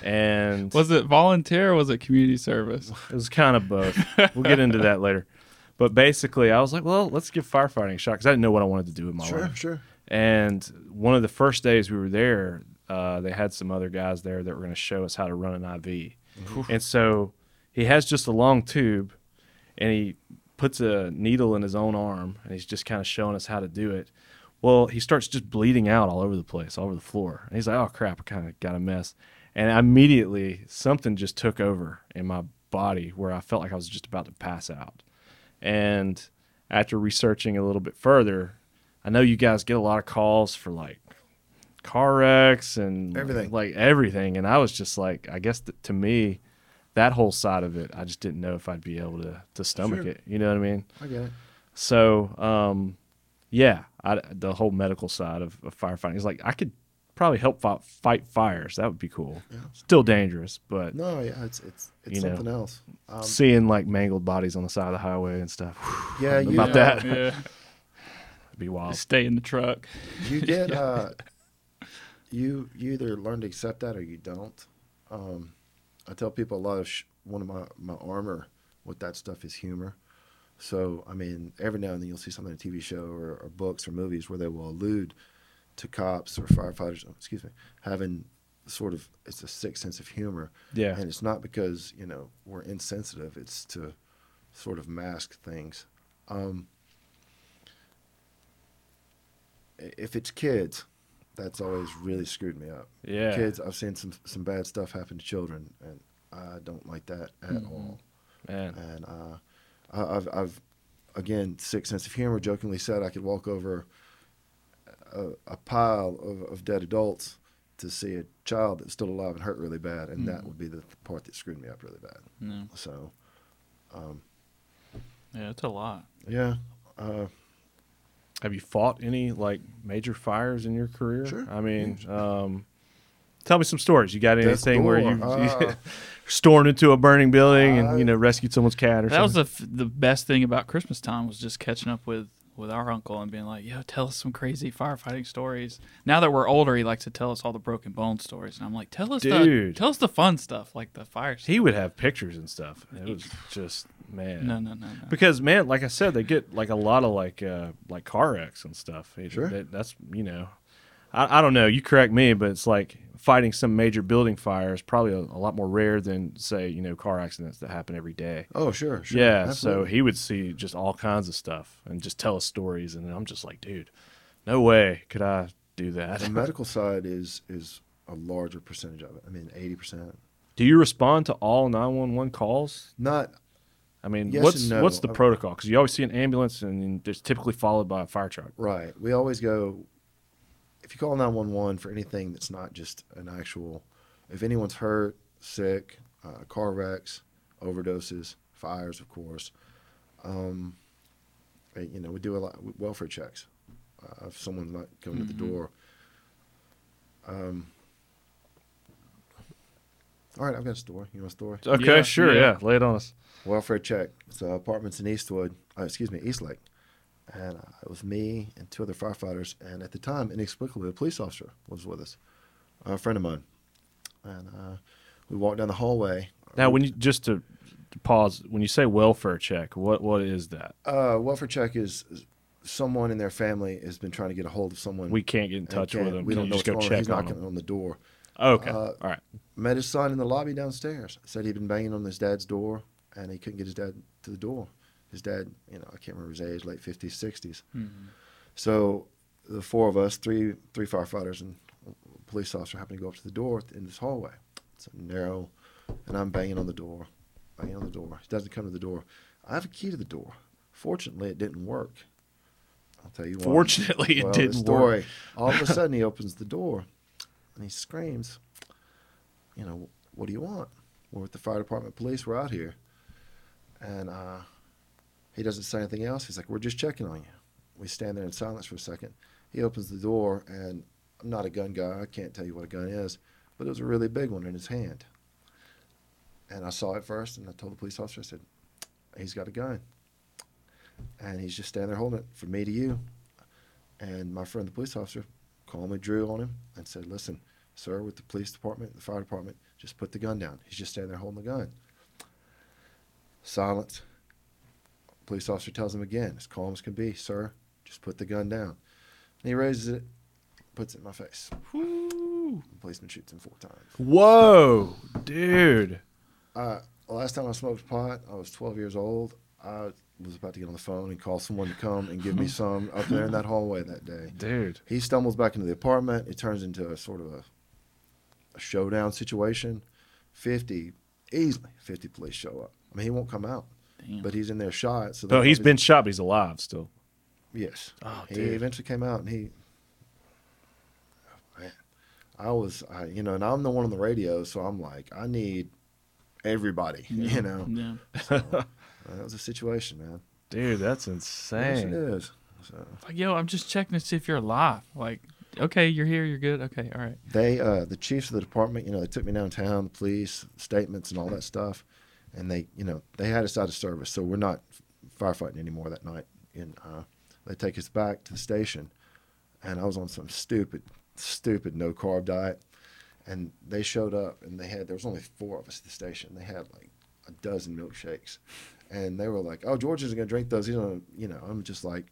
[SPEAKER 2] And
[SPEAKER 4] Was it volunteer or was it community service?
[SPEAKER 2] it was kind of both. we'll get into that later. But basically, I was like, well, let's give firefighting a shot because I didn't know what I wanted to do with my
[SPEAKER 3] sure,
[SPEAKER 2] life.
[SPEAKER 3] sure.
[SPEAKER 2] And one of the first days we were there, uh, they had some other guys there that were going to show us how to run an IV. and so he has just a long tube and he puts a needle in his own arm and he's just kind of showing us how to do it. Well, he starts just bleeding out all over the place, all over the floor. And he's like, oh crap, I kind of got a mess. And immediately something just took over in my body where I felt like I was just about to pass out. And after researching a little bit further, I know you guys get a lot of calls for like car wrecks and
[SPEAKER 3] Everything.
[SPEAKER 2] like everything. And I was just like, I guess th- to me, that whole side of it, I just didn't know if I'd be able to to stomach
[SPEAKER 3] Sure.
[SPEAKER 2] it. You know what I mean?
[SPEAKER 3] I get it.
[SPEAKER 2] So, um, yeah, I, the whole medical side of, of firefighting is like I could probably help fight, fight fires. That would be cool. Still dangerous, but
[SPEAKER 3] No, yeah, it's it's it's
[SPEAKER 2] You know.
[SPEAKER 3] something else. Um,
[SPEAKER 2] seeing like mangled bodies on the side of the highway and stuff,
[SPEAKER 3] yeah,
[SPEAKER 2] about
[SPEAKER 3] you,
[SPEAKER 2] that.
[SPEAKER 4] Yeah.
[SPEAKER 2] would be
[SPEAKER 3] Oh.
[SPEAKER 2] wild.
[SPEAKER 4] Stay in the truck.
[SPEAKER 3] you get uh, you you either learn to accept that or you don't. Um, I tell people a lot of sh- one of my my armor with that stuff is humor. So I mean, every now and then you'll see something in a TV show or, or books or movies where they will allude to cops or firefighters. oh, Excuse me, having sort of it's a sick sense of humor.
[SPEAKER 2] Yeah.
[SPEAKER 3] and it's not because you know we're insensitive. It's to sort of mask things. Um, i- if it's kids, that's always really screwed me up.
[SPEAKER 2] Yeah.
[SPEAKER 3] Kids, I've seen some some bad stuff happen to children, and I don't like that at
[SPEAKER 2] Mm-hmm.
[SPEAKER 3] all.
[SPEAKER 2] Man,
[SPEAKER 3] And uh, I- I've, I've, again, sick sense of humor, jokingly said I could walk over a, a pile of, of dead adults to see a child that's still alive
[SPEAKER 2] Mm-hmm.
[SPEAKER 3] and hurt really bad, and that would be the part that screwed me up really bad.
[SPEAKER 4] No.
[SPEAKER 3] So, um,
[SPEAKER 4] Yeah, it's a lot.
[SPEAKER 3] Yeah. Uh,
[SPEAKER 2] Have you fought any like major fires in your career?
[SPEAKER 3] Sure.
[SPEAKER 2] I mean, um, tell me some stories. You got
[SPEAKER 3] Death
[SPEAKER 2] anything where you,
[SPEAKER 3] Door.
[SPEAKER 2] you
[SPEAKER 3] Ah.
[SPEAKER 2] stormed into a burning building and you
[SPEAKER 3] Uh,
[SPEAKER 2] know rescued someone's cat or
[SPEAKER 4] That was
[SPEAKER 2] something?
[SPEAKER 4] the f- the best thing about Christmas time was just catching up with with our uncle and being like, "Yo, tell us some crazy firefighting stories." Now that we're older, he likes to tell us all the broken bone stories, and I'm like, "Tell us, the,
[SPEAKER 2] Dude.
[SPEAKER 4] tell us the fun stuff, like the fire."
[SPEAKER 2] he would have pictures and stuff. It was just man.
[SPEAKER 4] No, no, no, no.
[SPEAKER 2] Because man, like I said, they get like a lot of like uh like car wrecks and stuff. It-
[SPEAKER 3] Sure.
[SPEAKER 2] that- that's you know, I, I don't know. You correct me, but it's like fighting some major building fire is probably a, a lot more rare than say you know car accidents that happen every day.
[SPEAKER 3] oh, sure. sure.
[SPEAKER 2] yeah, so
[SPEAKER 3] Absolutely.
[SPEAKER 2] he would see just all kinds of stuff and just tell us stories, and I'm just like, dude, no way could I do that.
[SPEAKER 3] the medical side is is a larger percentage of it. I mean, eighty percent.
[SPEAKER 2] do you respond to all 911 calls
[SPEAKER 3] Not
[SPEAKER 2] I mean,
[SPEAKER 3] Yes
[SPEAKER 2] what's
[SPEAKER 3] and no.
[SPEAKER 2] what's the
[SPEAKER 3] Uh,
[SPEAKER 2] protocol? Because you always see an ambulance, and then it's typically followed by a fire truck.
[SPEAKER 3] right. We always go. If you call nine one one for anything that's not just an actual, if anyone's hurt, sick, uh, car wrecks, overdoses, fires, of course. Um, and, you know, we do a lot of welfare checks. Uh, if someone's not coming to the door. Um. All right, I've got a story. You want a story?
[SPEAKER 2] Okay,
[SPEAKER 4] Yeah,
[SPEAKER 2] sure,
[SPEAKER 4] yeah.
[SPEAKER 2] yeah. lay it on us.
[SPEAKER 3] welfare check. So apartments in Eastwood, uh, excuse me, Eastlake, and uh, it was me and two other firefighters, and at the time, inexplicably, a police officer was with us, a friend of mine, and uh, we walked down the hallway.
[SPEAKER 2] Now, when you just to, to pause, when you say welfare check, what what is that?
[SPEAKER 3] uh, welfare check is is someone in their family has been trying to get a hold of someone.
[SPEAKER 2] We can't get in
[SPEAKER 3] and
[SPEAKER 2] touch
[SPEAKER 3] can't-
[SPEAKER 2] with them.
[SPEAKER 3] We
[SPEAKER 2] Can
[SPEAKER 3] don't
[SPEAKER 2] you
[SPEAKER 3] know
[SPEAKER 2] just
[SPEAKER 3] what's
[SPEAKER 2] go
[SPEAKER 3] going on.
[SPEAKER 2] check
[SPEAKER 3] He's
[SPEAKER 2] on
[SPEAKER 3] knocking
[SPEAKER 2] them?
[SPEAKER 3] on the door.
[SPEAKER 2] Okay,
[SPEAKER 3] uh,
[SPEAKER 2] all right.
[SPEAKER 3] Met his son in the lobby downstairs. Said he'd been banging on his dad's door, and he couldn't get his dad to the door. His dad, you know, I can't remember his age, late fifties, sixties.
[SPEAKER 4] Mhm.
[SPEAKER 3] So the four of us, three three firefighters and a police officer, happened to go up to the door in this hallway. It's narrow, and I'm banging on the door, banging on the door. He doesn't come to the door. I have a key to the door. Fortunately, it didn't work. I'll tell you why.
[SPEAKER 2] Fortunately, it
[SPEAKER 3] Well, the
[SPEAKER 2] didn't
[SPEAKER 3] story.
[SPEAKER 2] work.
[SPEAKER 3] All of a sudden, he opens the door, and he screams, "You know, what do you want? We're with the fire department, police. We're out here." And uh, he doesn't say anything else. He's like, "We're just checking on you." We stand there in silence for a second. He opens the door, and I'm not a gun guy. I can't tell you what a gun is, but it was a really big one in his hand. And I saw it first, and I told the police officer, I said, "He's got a gun." And he's just standing there holding it from me to you. And my friend, the police officer, calmly drew on him and said, Listen, sir, with the police department, the fire department, just put the gun down. He's just standing there holding the gun. Silence. Police officer tells him again, as calm as can be, Sir, just put the gun down. And he raises it, puts it in my face. The policeman shoots him four times.
[SPEAKER 2] Whoa, dude!
[SPEAKER 3] Uh, last time I smoked pot, I was 12 years old. I was about to get on the phone and call someone to come and give me some up there in that hallway that day.
[SPEAKER 2] Dude,
[SPEAKER 3] He stumbles back into the apartment. It turns into a sort of a, a showdown situation. 50, easily 50 police show up. I mean, he won't come out,
[SPEAKER 4] Damn.
[SPEAKER 3] but he's in there shot. So
[SPEAKER 2] no,
[SPEAKER 3] they're
[SPEAKER 2] Oh, he's
[SPEAKER 3] obvious-
[SPEAKER 2] been shot, but he's alive still.
[SPEAKER 3] Yes.
[SPEAKER 2] Oh,
[SPEAKER 3] he
[SPEAKER 2] dude.
[SPEAKER 3] eventually came out and he. Oh, man. I was, I, you know, and I'm the one on the radio, so I'm like, I need everybody,
[SPEAKER 4] Yeah.
[SPEAKER 3] you know.
[SPEAKER 4] Mm-hmm. Yeah.
[SPEAKER 3] So, uh, that was a situation, man.
[SPEAKER 2] Dude, that's
[SPEAKER 3] Yes, it
[SPEAKER 2] insane.
[SPEAKER 3] is. So.
[SPEAKER 4] It's Like, yo, I'm just checking to see if you're alive. Like, okay, you're here, you're good. Okay, all right.
[SPEAKER 3] they uh, the chiefs of the department you know they took me downtown the police statements and all that stuff and they you know they had us out of service so we're not firefighting anymore that night and uh, they take us back to the station and i was on some stupid stupid no carb diet and they showed up and they had there was only four of us at the station they had like a dozen milkshakes and they were like oh george isn't going to drink those you know you know i'm just like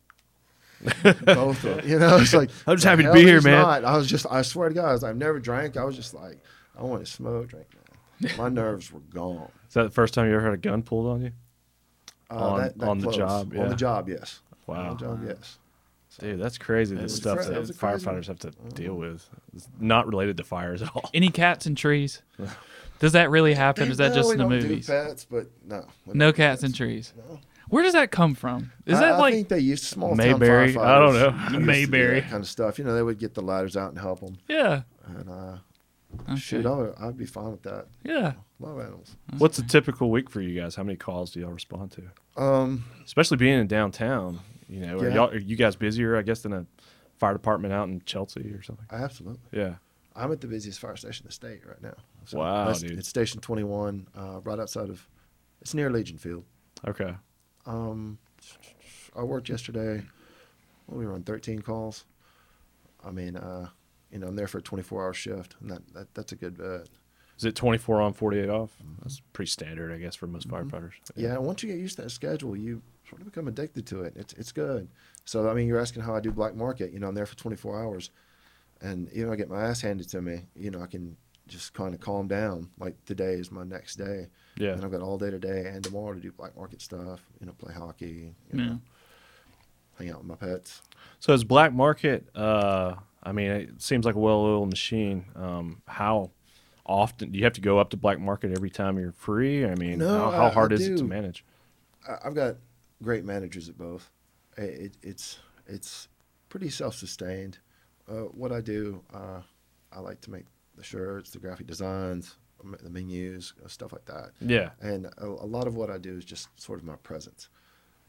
[SPEAKER 3] both of 'em, you know it's like
[SPEAKER 2] I'm just
[SPEAKER 3] the
[SPEAKER 2] happy to
[SPEAKER 3] hell
[SPEAKER 2] be here,
[SPEAKER 3] is
[SPEAKER 2] man.
[SPEAKER 3] not? I was just I swear to God, I've never drank. I was just like, I want to smoke, drink. Man. My nerves were gone.
[SPEAKER 2] Is that the first time you ever had a gun pulled on you?
[SPEAKER 3] Uh,
[SPEAKER 2] On-
[SPEAKER 3] that, that
[SPEAKER 2] on the
[SPEAKER 3] close.
[SPEAKER 2] job,
[SPEAKER 3] On
[SPEAKER 2] yeah.
[SPEAKER 3] the job, yes.
[SPEAKER 2] Wow.
[SPEAKER 3] On the job, yes.
[SPEAKER 2] Dude, that's crazy. The
[SPEAKER 4] That was
[SPEAKER 2] stuff
[SPEAKER 3] cra- that
[SPEAKER 2] that,
[SPEAKER 3] was a crazy one. Uh-huh.
[SPEAKER 2] firefighters have to deal with. It's not related to fires at all.
[SPEAKER 4] Any cats and trees? Does that really happen? Is that
[SPEAKER 3] No,
[SPEAKER 4] just
[SPEAKER 3] we
[SPEAKER 4] in the
[SPEAKER 3] don't
[SPEAKER 4] movies?
[SPEAKER 3] Do pets, but no. we
[SPEAKER 4] No
[SPEAKER 3] don't do
[SPEAKER 4] cats and trees. Where does that come from? Is
[SPEAKER 3] I,
[SPEAKER 4] that
[SPEAKER 3] I
[SPEAKER 4] like
[SPEAKER 3] think they used small
[SPEAKER 2] Mayberry?
[SPEAKER 3] Town
[SPEAKER 2] I don't know.
[SPEAKER 3] firefighters used to do
[SPEAKER 4] Mayberry.
[SPEAKER 3] that kind of stuff. You know, they would get the ladders out and help them.
[SPEAKER 4] yeah?
[SPEAKER 3] And uh, Shoot, I would, I'd be fine with that.
[SPEAKER 4] Oh, Yeah.
[SPEAKER 3] Love animals.
[SPEAKER 2] What's a typical week for you guys? How many calls do y'all respond to?
[SPEAKER 3] Um,
[SPEAKER 2] Especially being in downtown, you know, are
[SPEAKER 3] Yeah.
[SPEAKER 2] y'all are you guys busier? I guess than a fire department out in Chelsea or something.
[SPEAKER 3] absolutely.
[SPEAKER 2] Yeah,
[SPEAKER 3] I'm at the busiest fire station in the state right now.
[SPEAKER 2] Wow,
[SPEAKER 3] that's-
[SPEAKER 2] dude.
[SPEAKER 3] It's Station 21, uh, right outside of. It's near Legion Field.
[SPEAKER 2] okay.
[SPEAKER 3] Um, I worked yesterday. What we were on 13 calls. I mean, uh, you know, I'm there for a 24 hour shift, and that, that that's a good bet.
[SPEAKER 2] Is it twenty four on, forty eight off? That's pretty standard, I guess, for most firefighters.
[SPEAKER 3] Mm-hmm. Yeah, once you get used to that schedule, you sort of become addicted to it. It's it's good. So I mean, you're asking how I do black market. You know, I'm there for 24 hours, and even if I get my ass handed to me, you know, I can just kind of calm down. Like today is my next day,
[SPEAKER 2] yeah.
[SPEAKER 3] and I've got all day today and tomorrow to do black market stuff. You know, play hockey. You
[SPEAKER 4] Yeah.
[SPEAKER 3] know, hang out with my pets.
[SPEAKER 2] So is black market? Uh, I mean, it seems like a well-oiled machine. Um, how often do you have to go up to black market every time you're free? I mean,
[SPEAKER 3] No,
[SPEAKER 2] how, how
[SPEAKER 3] I- I
[SPEAKER 2] hard is it to
[SPEAKER 3] do.
[SPEAKER 2] manage?
[SPEAKER 3] I- I've got great managers at both. I- It, it's it's pretty self-sustained. Uh, what I do, uh, I like to make the shirts, the graphic designs, m- the menus, uh, stuff like that.
[SPEAKER 2] Yeah,
[SPEAKER 3] And a, a lot of what I do is just sort of my presence,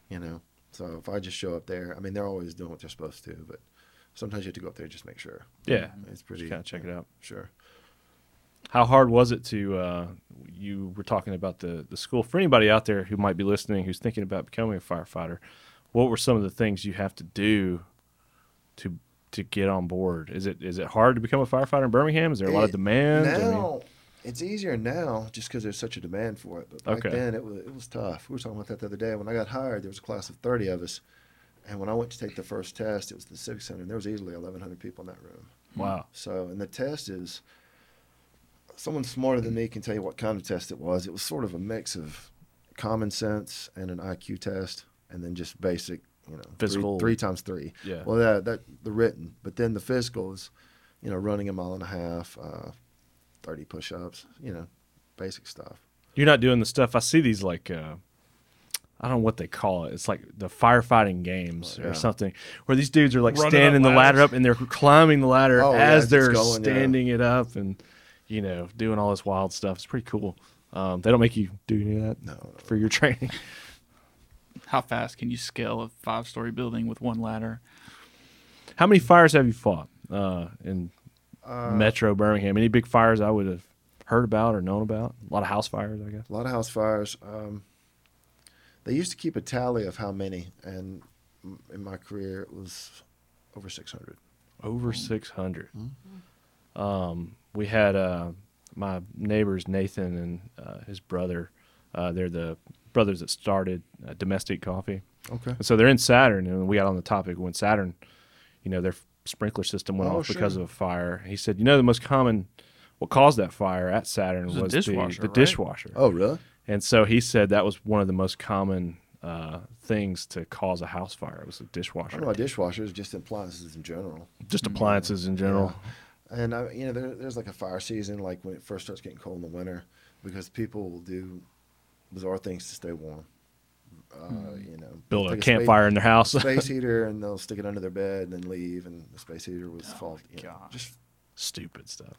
[SPEAKER 3] you know. So if I just show up there, I mean, they're always doing what they're supposed to, but sometimes you have to go up there and just make sure.
[SPEAKER 2] yeah.
[SPEAKER 3] It's pretty.
[SPEAKER 2] Just kind of check it out.
[SPEAKER 3] Sure.
[SPEAKER 2] How hard was it to? Uh, you were talking about the the school. For anybody out there who might be listening, who's thinking about becoming a firefighter, what were some of the things you have to do to to get on board? Is it is it hard to become a firefighter in Birmingham? Is there a lot of
[SPEAKER 3] It-
[SPEAKER 2] demand? I mean-
[SPEAKER 3] Now it's easier now just because there's such a demand for it. But back
[SPEAKER 2] Okay.
[SPEAKER 3] then it was it was tough. We were talking about that the other day. When I got hired, there was a class of 30 of us, and when I went to take the first test, it was the civic center, and there was easily 1,100 people in that room.
[SPEAKER 2] wow.
[SPEAKER 3] So, and the test is someone smarter than me can tell you what kind of test it was. It was sort of a mix of common sense and an IQ test, and then just basic, you know, three-
[SPEAKER 2] Physical.
[SPEAKER 3] three times three.
[SPEAKER 2] Yeah.
[SPEAKER 3] Well, that that the written, but then the physical is, you know, running a mile and a half, uh, thirty push-ups, you know, basic stuff.
[SPEAKER 2] You're not doing the stuff. I see these like uh, I don't know what they call it. It's like the firefighting games
[SPEAKER 3] Oh, Yeah.
[SPEAKER 2] or something, where these dudes are like
[SPEAKER 4] Running up
[SPEAKER 2] standing the ladder
[SPEAKER 4] ladders.
[SPEAKER 2] up and they're climbing the ladder
[SPEAKER 3] Oh, yeah,
[SPEAKER 2] as
[SPEAKER 3] it's
[SPEAKER 2] they're
[SPEAKER 3] going, yeah.
[SPEAKER 2] standing it up and you know doing all this wild stuff. It's pretty cool. Um, they don't make you do any of that
[SPEAKER 3] No, no,
[SPEAKER 2] for your training.
[SPEAKER 4] How fast can you scale a five story building with one ladder?
[SPEAKER 2] How many fires have you fought uh, in
[SPEAKER 3] Uh,
[SPEAKER 2] Metro Birmingham? Any big fires I would have heard about or known about? A lot of house fires, I guess.
[SPEAKER 3] A lot of house fires. Um, they used to keep a tally of how many, and m- in my career, it was over six hundred.
[SPEAKER 2] over 600 um, we had uh, my neighbors nathan and uh, his brother uh, they're the brothers that started uh, domestic coffee
[SPEAKER 3] Okay.
[SPEAKER 2] and so they're in saturn and we got on the topic when saturn you know their sprinkler system went
[SPEAKER 3] Oh,
[SPEAKER 2] off because
[SPEAKER 3] sure.
[SPEAKER 2] of a fire he said you know the most common what caused that fire at saturn
[SPEAKER 4] was
[SPEAKER 2] was,
[SPEAKER 4] a
[SPEAKER 2] the,
[SPEAKER 4] dishwasher,
[SPEAKER 2] the
[SPEAKER 4] right?
[SPEAKER 2] dishwasher
[SPEAKER 3] Oh, really?
[SPEAKER 2] and so he said that was one of the most common uh, things to cause a house fire it was a
[SPEAKER 3] Oh, I
[SPEAKER 2] dishwasher
[SPEAKER 3] don't know about dishwashers, just appliances in general.
[SPEAKER 2] just appliances in general
[SPEAKER 3] And I, you know, there, there's like a fire season, like when it first starts getting cold in the winter, because people will do bizarre things to stay warm. Uh, You know,
[SPEAKER 2] Hmm. build a
[SPEAKER 3] take
[SPEAKER 2] campfire in their house
[SPEAKER 3] space, space heater, and they'll stick it under their bed and then leave, and the space heater was
[SPEAKER 2] Oh
[SPEAKER 3] fault. You know,
[SPEAKER 4] gosh.
[SPEAKER 3] just
[SPEAKER 2] stupid stuff.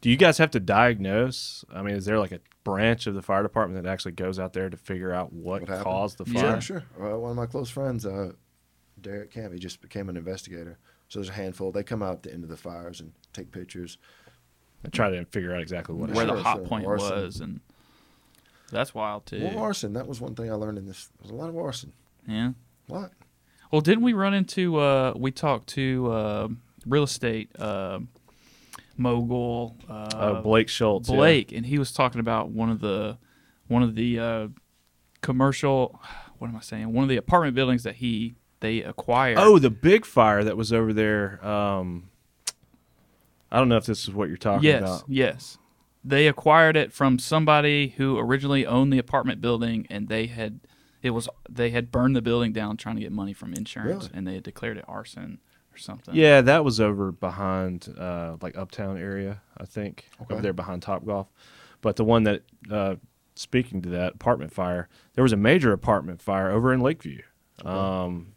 [SPEAKER 2] Do you guys have to diagnose? I mean, is there like a branch of the fire department that actually goes out there to figure out what,
[SPEAKER 3] What happened?
[SPEAKER 2] caused the
[SPEAKER 4] Yeah.
[SPEAKER 2] fire?
[SPEAKER 3] I'm sure. Uh, one of my close friends, uh, Derek Camp, he just became an investigator. So there's a handful. They come out at the end of the fires and take pictures.
[SPEAKER 2] And try to figure out exactly what.
[SPEAKER 3] Yeah,
[SPEAKER 4] Where
[SPEAKER 2] happened.
[SPEAKER 4] the
[SPEAKER 3] sure,
[SPEAKER 4] hot
[SPEAKER 3] so
[SPEAKER 4] point
[SPEAKER 3] arson.
[SPEAKER 4] was and that's wild too.
[SPEAKER 3] Well, arson. That was one thing I learned in this. There's a lot of arson.
[SPEAKER 4] Yeah.
[SPEAKER 3] A lot.
[SPEAKER 4] Well, didn't we run into? Uh, we talked to uh, real estate uh, mogul uh,
[SPEAKER 2] Uh, Blake Schultz. yeah.
[SPEAKER 4] Blake, and he was talking about one of the one of the uh, commercial. What am I saying? One of the apartment buildings that he they acquired.
[SPEAKER 2] Oh, the big fire that was over there. Um, I don't know if this is what you're talking
[SPEAKER 4] yes,
[SPEAKER 2] about.
[SPEAKER 4] yes. They acquired it from somebody who originally owned the apartment building, and they had it was they had burned the building down trying to get money from insurance,
[SPEAKER 3] Really?
[SPEAKER 4] and they had declared it arson or something.
[SPEAKER 2] Yeah, that was over behind uh, like Uptown area, I think,
[SPEAKER 3] Okay.
[SPEAKER 2] over there behind Top Golf. But the one that, uh, speaking to that apartment fire, there was a major apartment fire over in Lakeview. Um,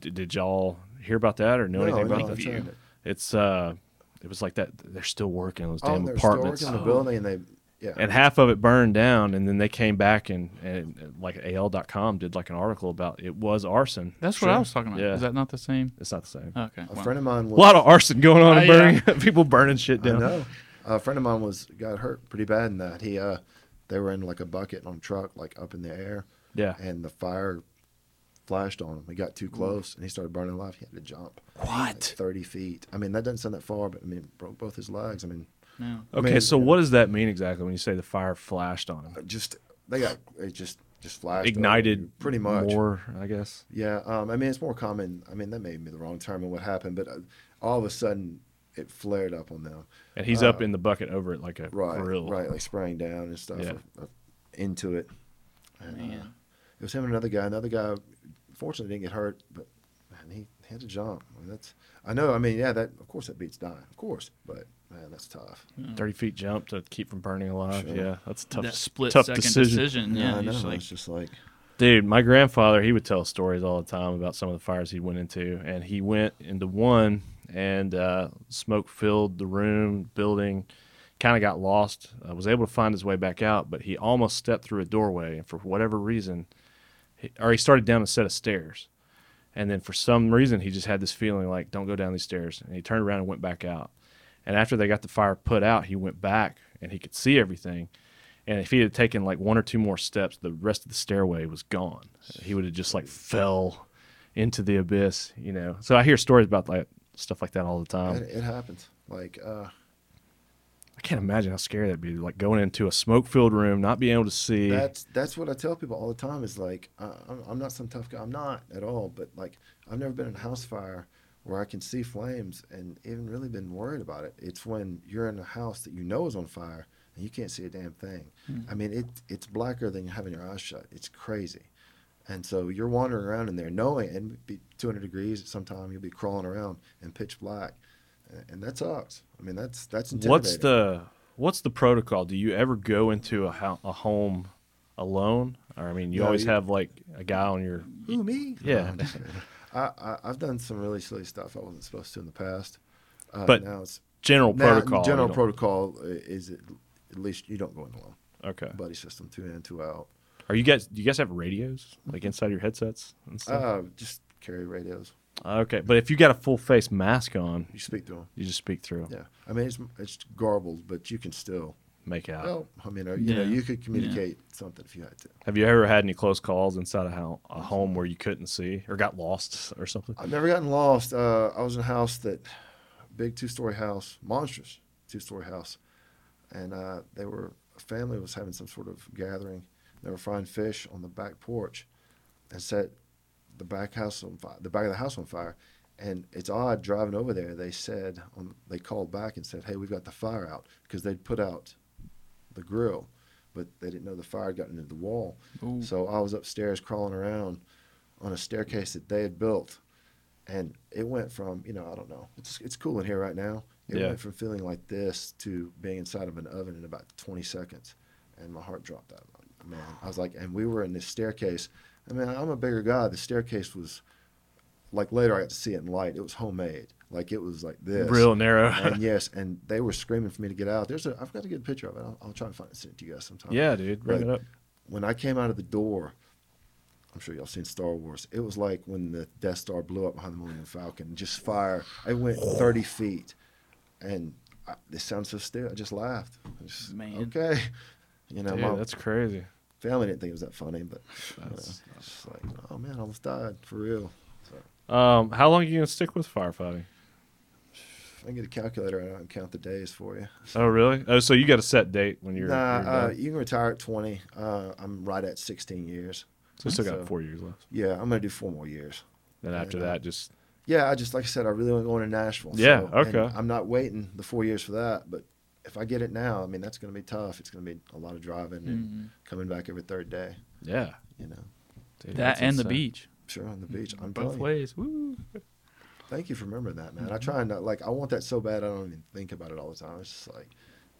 [SPEAKER 2] did, did y'all hear about that or know
[SPEAKER 3] No,
[SPEAKER 2] anything
[SPEAKER 3] no,
[SPEAKER 2] about
[SPEAKER 3] it's
[SPEAKER 2] that?
[SPEAKER 3] not.
[SPEAKER 2] It's uh, it was like that. They're still working on those
[SPEAKER 3] Oh,
[SPEAKER 2] damn
[SPEAKER 3] they're still
[SPEAKER 2] apartments.
[SPEAKER 3] working in the building, and they yeah.
[SPEAKER 2] and half of it burned down and then they came back and, and, and like al.com did like an article about it was arson
[SPEAKER 4] That's what I was talking about.
[SPEAKER 2] Yeah.
[SPEAKER 4] Is that not the same?
[SPEAKER 2] it's not the same
[SPEAKER 4] Okay.
[SPEAKER 3] a
[SPEAKER 4] wow.
[SPEAKER 3] friend of mine
[SPEAKER 2] a
[SPEAKER 3] was
[SPEAKER 2] lot of arson going on
[SPEAKER 4] Uh,
[SPEAKER 2] and burning people burning shit
[SPEAKER 3] Oh, I
[SPEAKER 2] down
[SPEAKER 3] know. A friend of mine was got hurt pretty bad in that. He uh they were in like a bucket on a truck, like up in the air,
[SPEAKER 2] yeah
[SPEAKER 3] and the fire flashed on him. He got too close and he started burning alive. He had to jump. like,
[SPEAKER 4] What?
[SPEAKER 3] Thirty feet. I mean, that doesn't sound that far, but I mean broke both his legs. I mean
[SPEAKER 4] No.
[SPEAKER 2] okay
[SPEAKER 3] Man,
[SPEAKER 2] so
[SPEAKER 3] yeah.
[SPEAKER 2] what does that mean exactly when you say the fire flashed on him
[SPEAKER 3] just they got it just just flashed. over you,
[SPEAKER 2] ignited
[SPEAKER 3] pretty much.
[SPEAKER 2] more i guess
[SPEAKER 3] Yeah, um, I mean it's more common. I mean that may be the wrong term and what happened, but uh, all of a sudden it flared up on them.
[SPEAKER 2] and he's up in the bucket over it like a
[SPEAKER 3] Uh, Right,
[SPEAKER 2] grill
[SPEAKER 3] right, like spraying down and stuff
[SPEAKER 2] Yeah.
[SPEAKER 3] uh, uh, into it. And, uh,
[SPEAKER 4] Man.
[SPEAKER 3] it was him and another guy. Another guy, fortunately, didn't get hurt, but man, he, he had to jump. I mean, that's I know. I mean, yeah, that of course that beats dying, of course, but man, that's tough.
[SPEAKER 2] 30 feet jump to keep from burning alive
[SPEAKER 3] Sure.
[SPEAKER 2] yeah that's a tough
[SPEAKER 4] that split
[SPEAKER 2] tough
[SPEAKER 4] second
[SPEAKER 2] decision.
[SPEAKER 4] decision.
[SPEAKER 3] I
[SPEAKER 4] Yeah.
[SPEAKER 3] know.
[SPEAKER 4] you're just like,
[SPEAKER 3] it's just like
[SPEAKER 2] Dude, my grandfather, he would tell stories all the time about some of the fires he went into, and he went into one, and uh, smoke filled the room, building, kind of got lost. Uh, was able to find his way back out, but he almost stepped through a doorway, and for whatever reason, he, or he started down a set of stairs, and then for some reason, he just had this feeling like, "Don't go down these stairs," and he turned around and went back out. And after they got the fire put out, he went back and he could see everything. And if he had taken like one or two more steps, the rest of the stairway was gone. He would have just like fell into the abyss, you know. So I hear stories about like stuff like that all the
[SPEAKER 3] it,
[SPEAKER 4] Um,
[SPEAKER 2] time.
[SPEAKER 3] it happens. Like uh,
[SPEAKER 2] I can't imagine how scary that'd be. Like going into a smoke-filled room, not being able to see.
[SPEAKER 3] that's that's what I tell people all the time. Is like I, I'm, I'm not some tough guy. I'm not at all. But like I've never been in a house fire where I can see flames and even really been worried about it. It's when you're in a house that you know is on fire and you can't see a damn thing.
[SPEAKER 2] Hmm.
[SPEAKER 3] I mean, it it's blacker than having your eyes shut. It's crazy. And so you're wandering around in there, knowing and it'd be 200 degrees at some time. You'll be crawling around in pitch black, and, and that sucks. I mean, that's that's
[SPEAKER 2] what's
[SPEAKER 3] intimidating.
[SPEAKER 2] the what's the protocol? Do you ever go into a, ho- a home alone? Or I mean, you
[SPEAKER 3] No,
[SPEAKER 2] always
[SPEAKER 3] you-
[SPEAKER 2] have like a guy on your
[SPEAKER 3] Who me?
[SPEAKER 2] Yeah.
[SPEAKER 3] No, I'm just kidding. I, I I've done some really silly stuff I wasn't supposed to in the past. Uh,
[SPEAKER 2] But
[SPEAKER 3] now it's
[SPEAKER 2] general
[SPEAKER 3] now
[SPEAKER 2] protocol. you
[SPEAKER 3] General
[SPEAKER 2] don't-
[SPEAKER 3] protocol i- is at, at least you don't go in alone.
[SPEAKER 2] Okay.
[SPEAKER 3] Buddy system, two in, two out.
[SPEAKER 2] Are you guys? Do you guys have radios like inside your headsets? And stuff?
[SPEAKER 3] Uh, just carry radios.
[SPEAKER 2] Okay, but if you got a full face mask on,
[SPEAKER 3] You speak to them.
[SPEAKER 2] you just speak through,
[SPEAKER 3] Yeah, I mean it's it's garbled, but you can still.
[SPEAKER 2] make out.
[SPEAKER 3] Well, I mean, uh, you know,
[SPEAKER 4] Yeah.
[SPEAKER 3] you could communicate something if you had to.
[SPEAKER 2] Have you ever had any close calls inside a, ho- a home where you couldn't see or got lost or something?
[SPEAKER 3] I've never gotten lost. Uh, I was in a house that big two story house, monstrous two story house, and uh, they were a family was having some sort of gathering. They were frying fish on the back porch, and set the back house on fire, the back of the house on fire. And it's odd driving over there. They said on, they called back and said, "Hey, we've got the fire out," because they'd put out the grill, but they didn't know the fire had gotten into the wall.
[SPEAKER 4] ooh.
[SPEAKER 3] So I was upstairs crawling around on a staircase that they had built, and it went from you know I don't know it's it's cool in here right now. It
[SPEAKER 2] Yeah.
[SPEAKER 3] went from feeling like this to being inside of an oven in about 20 seconds, and my heart dropped out. Man, I was like, and we were in this staircase. I mean, I'm a bigger guy. The staircase was like later I got to see it in light. It was homemade. Like it was like this
[SPEAKER 2] Real narrow.
[SPEAKER 3] and yes, and they were screaming for me to get out. There's a I've got to get a picture of it. I'll, I'll try and find it, send it to you guys sometime.
[SPEAKER 2] yeah, dude, bring
[SPEAKER 3] But
[SPEAKER 2] it up.
[SPEAKER 3] When I came out of the door, I'm sure y'all seen Star Wars. It was like when the Death Star blew up behind the Millennium Falcon. Just fire. I went 30 feet, and I, this sounds so stupid. I just laughed. I just,
[SPEAKER 4] Man.
[SPEAKER 3] okay, you know,
[SPEAKER 2] Dude,
[SPEAKER 3] my
[SPEAKER 2] that's crazy.
[SPEAKER 3] family didn't think it was that funny, but you know,
[SPEAKER 2] That's-
[SPEAKER 3] it's like, oh man, I almost died for real. So
[SPEAKER 2] Um, how long are you gonna stick with firefighting?
[SPEAKER 3] I can get a calculator out and count the days for you.
[SPEAKER 2] Oh, really? Oh, so you got a set date when you're.
[SPEAKER 3] nah,
[SPEAKER 2] you're
[SPEAKER 3] uh,
[SPEAKER 2] done.
[SPEAKER 3] you can retire at 20. Uh, I'm right at 16 years.
[SPEAKER 2] so you still got
[SPEAKER 3] so-
[SPEAKER 2] four years left.
[SPEAKER 3] Yeah, I'm gonna do four more years.
[SPEAKER 2] Then after
[SPEAKER 3] yeah.
[SPEAKER 2] that, just
[SPEAKER 3] Yeah, I just like I said, I really want to go to Nashville.
[SPEAKER 2] Yeah,
[SPEAKER 3] so- and
[SPEAKER 2] okay.
[SPEAKER 3] I'm not waiting the four years for that, but if I get it now, I mean that's gonna be tough. It's gonna be a lot of driving
[SPEAKER 4] Mm-hmm.
[SPEAKER 3] and coming back every third day.
[SPEAKER 2] yeah.
[SPEAKER 3] You know,
[SPEAKER 2] Dude,
[SPEAKER 4] that
[SPEAKER 2] that's
[SPEAKER 4] and the
[SPEAKER 2] insane.
[SPEAKER 4] beach.
[SPEAKER 3] sure on the beach.
[SPEAKER 4] Mm-hmm.
[SPEAKER 3] I'm
[SPEAKER 4] Both
[SPEAKER 3] telling you.
[SPEAKER 4] ways. Mm-hmm. Woo.
[SPEAKER 3] Thank you for remembering that, man. I try and not like I want that so bad. I don't even think about it all the time. It's just like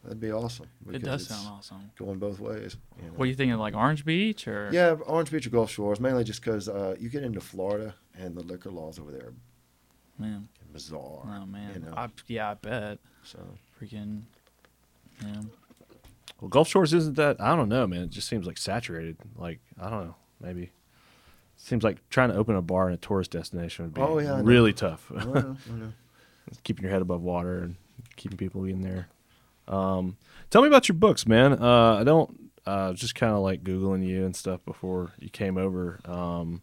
[SPEAKER 3] that'd be awesome.
[SPEAKER 4] It
[SPEAKER 3] because
[SPEAKER 4] does
[SPEAKER 3] it's
[SPEAKER 4] sound awesome.
[SPEAKER 3] Going both ways. you know?
[SPEAKER 4] What are you thinking, like Orange Beach or?
[SPEAKER 3] Yeah, Orange Beach or Gulf Shores, mainly just because uh, you get into Florida and the liquor laws over there.
[SPEAKER 4] Man.
[SPEAKER 3] You bizarre.
[SPEAKER 4] Oh man.
[SPEAKER 3] you know?
[SPEAKER 4] I, yeah, I bet.
[SPEAKER 3] so
[SPEAKER 4] Freaking. Yeah.
[SPEAKER 2] Well, Gulf Shores isn't that. I don't know, man. It just seems like saturated. Like I don't know. Maybe seems like trying to open a bar in a tourist destination would be
[SPEAKER 3] Oh, yeah, I know.
[SPEAKER 2] really tough.
[SPEAKER 3] I know, I know.
[SPEAKER 2] keeping your head above water and keeping people in there. Um, tell me about your books, man. Uh, I don't uh, just kind of like googling you and stuff before you came over. Um,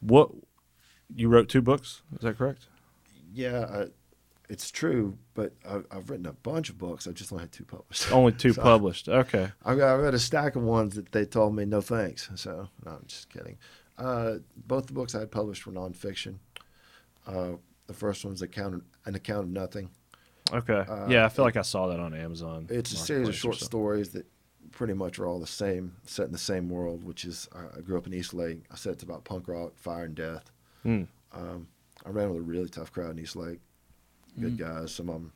[SPEAKER 2] what you wrote two books? Is that correct?
[SPEAKER 3] yeah, I, it's true. But I, I've written a bunch of books. I just only had two published.
[SPEAKER 2] Only two
[SPEAKER 3] So-
[SPEAKER 2] published. Okay.
[SPEAKER 3] I got, I got a stack of ones that they told me no thanks. So no, I'm just kidding. Uh, both the books I had published were nonfiction. Uh, the first one's account an account of nothing.
[SPEAKER 2] Okay.
[SPEAKER 3] Uh,
[SPEAKER 2] yeah, I feel like I saw that on Amazon.
[SPEAKER 3] It's a series of
[SPEAKER 2] Marketplace or
[SPEAKER 3] short
[SPEAKER 2] something.
[SPEAKER 3] stories that pretty much are all the same, set in the same world, which is I I grew up in East Lake. I said it's about punk rock, fire, and death.
[SPEAKER 2] Hmm.
[SPEAKER 3] Um, I ran with a really tough crowd in East Lake.
[SPEAKER 2] Mm.
[SPEAKER 3] Good guys. Some of them,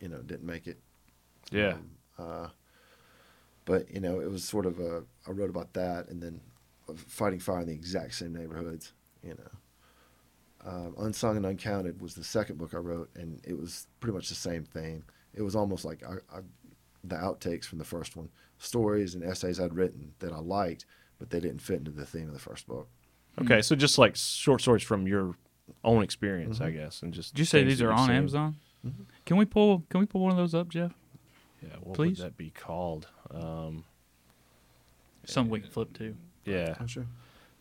[SPEAKER 3] you know, didn't make it.
[SPEAKER 2] Yeah.
[SPEAKER 3] Um, uh, but you know, it was sort of a. I wrote about that, and then of fighting fire in the exact same neighborhoods. You know, um, unsung and uncounted was the second book I wrote, and it was pretty much the same thing. It was almost like I, I, the outtakes from the first one, stories and essays I'd written that I liked, but they didn't fit into the theme of the first book. Um,
[SPEAKER 2] Okay, so just like short stories from your own experience,
[SPEAKER 3] Mm-hmm.
[SPEAKER 2] I guess, and just.
[SPEAKER 4] Did you say
[SPEAKER 2] things
[SPEAKER 4] these
[SPEAKER 2] that
[SPEAKER 4] are
[SPEAKER 2] you've
[SPEAKER 4] on
[SPEAKER 2] seen.
[SPEAKER 4] Amazon?
[SPEAKER 2] Mm-hmm.
[SPEAKER 4] Can we pull? Can we pull one of those up, Jeff?
[SPEAKER 2] Yeah. What
[SPEAKER 4] Please?
[SPEAKER 2] would that be called? Um,
[SPEAKER 4] Some we can flip to.
[SPEAKER 2] yeah.
[SPEAKER 3] sure.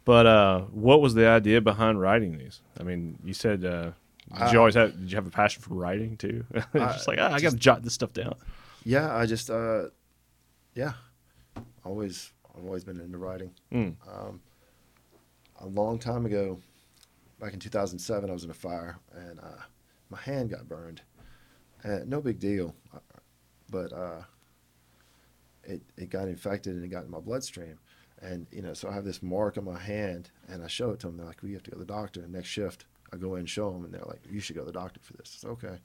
[SPEAKER 2] But uh, what was the idea behind writing these? I mean, you said uh, did you
[SPEAKER 3] Uh,
[SPEAKER 2] always have did you have a passion for writing too? It's just like ah, I got to jot this stuff down.
[SPEAKER 3] Yeah, I just, uh, yeah, always, I've always been into writing.
[SPEAKER 2] Mm.
[SPEAKER 3] Um, a long time ago, back in 2007, I was in a fire and uh, my hand got burned. And no big deal, uh, but uh, it it got infected and it got in my bloodstream. And you know, so I have this mark on my hand, and I show it to them. They're like, "We have to go to the doctor." And next shift, I go in and show them, and they're like, "You should go to the doctor for this." It's okay.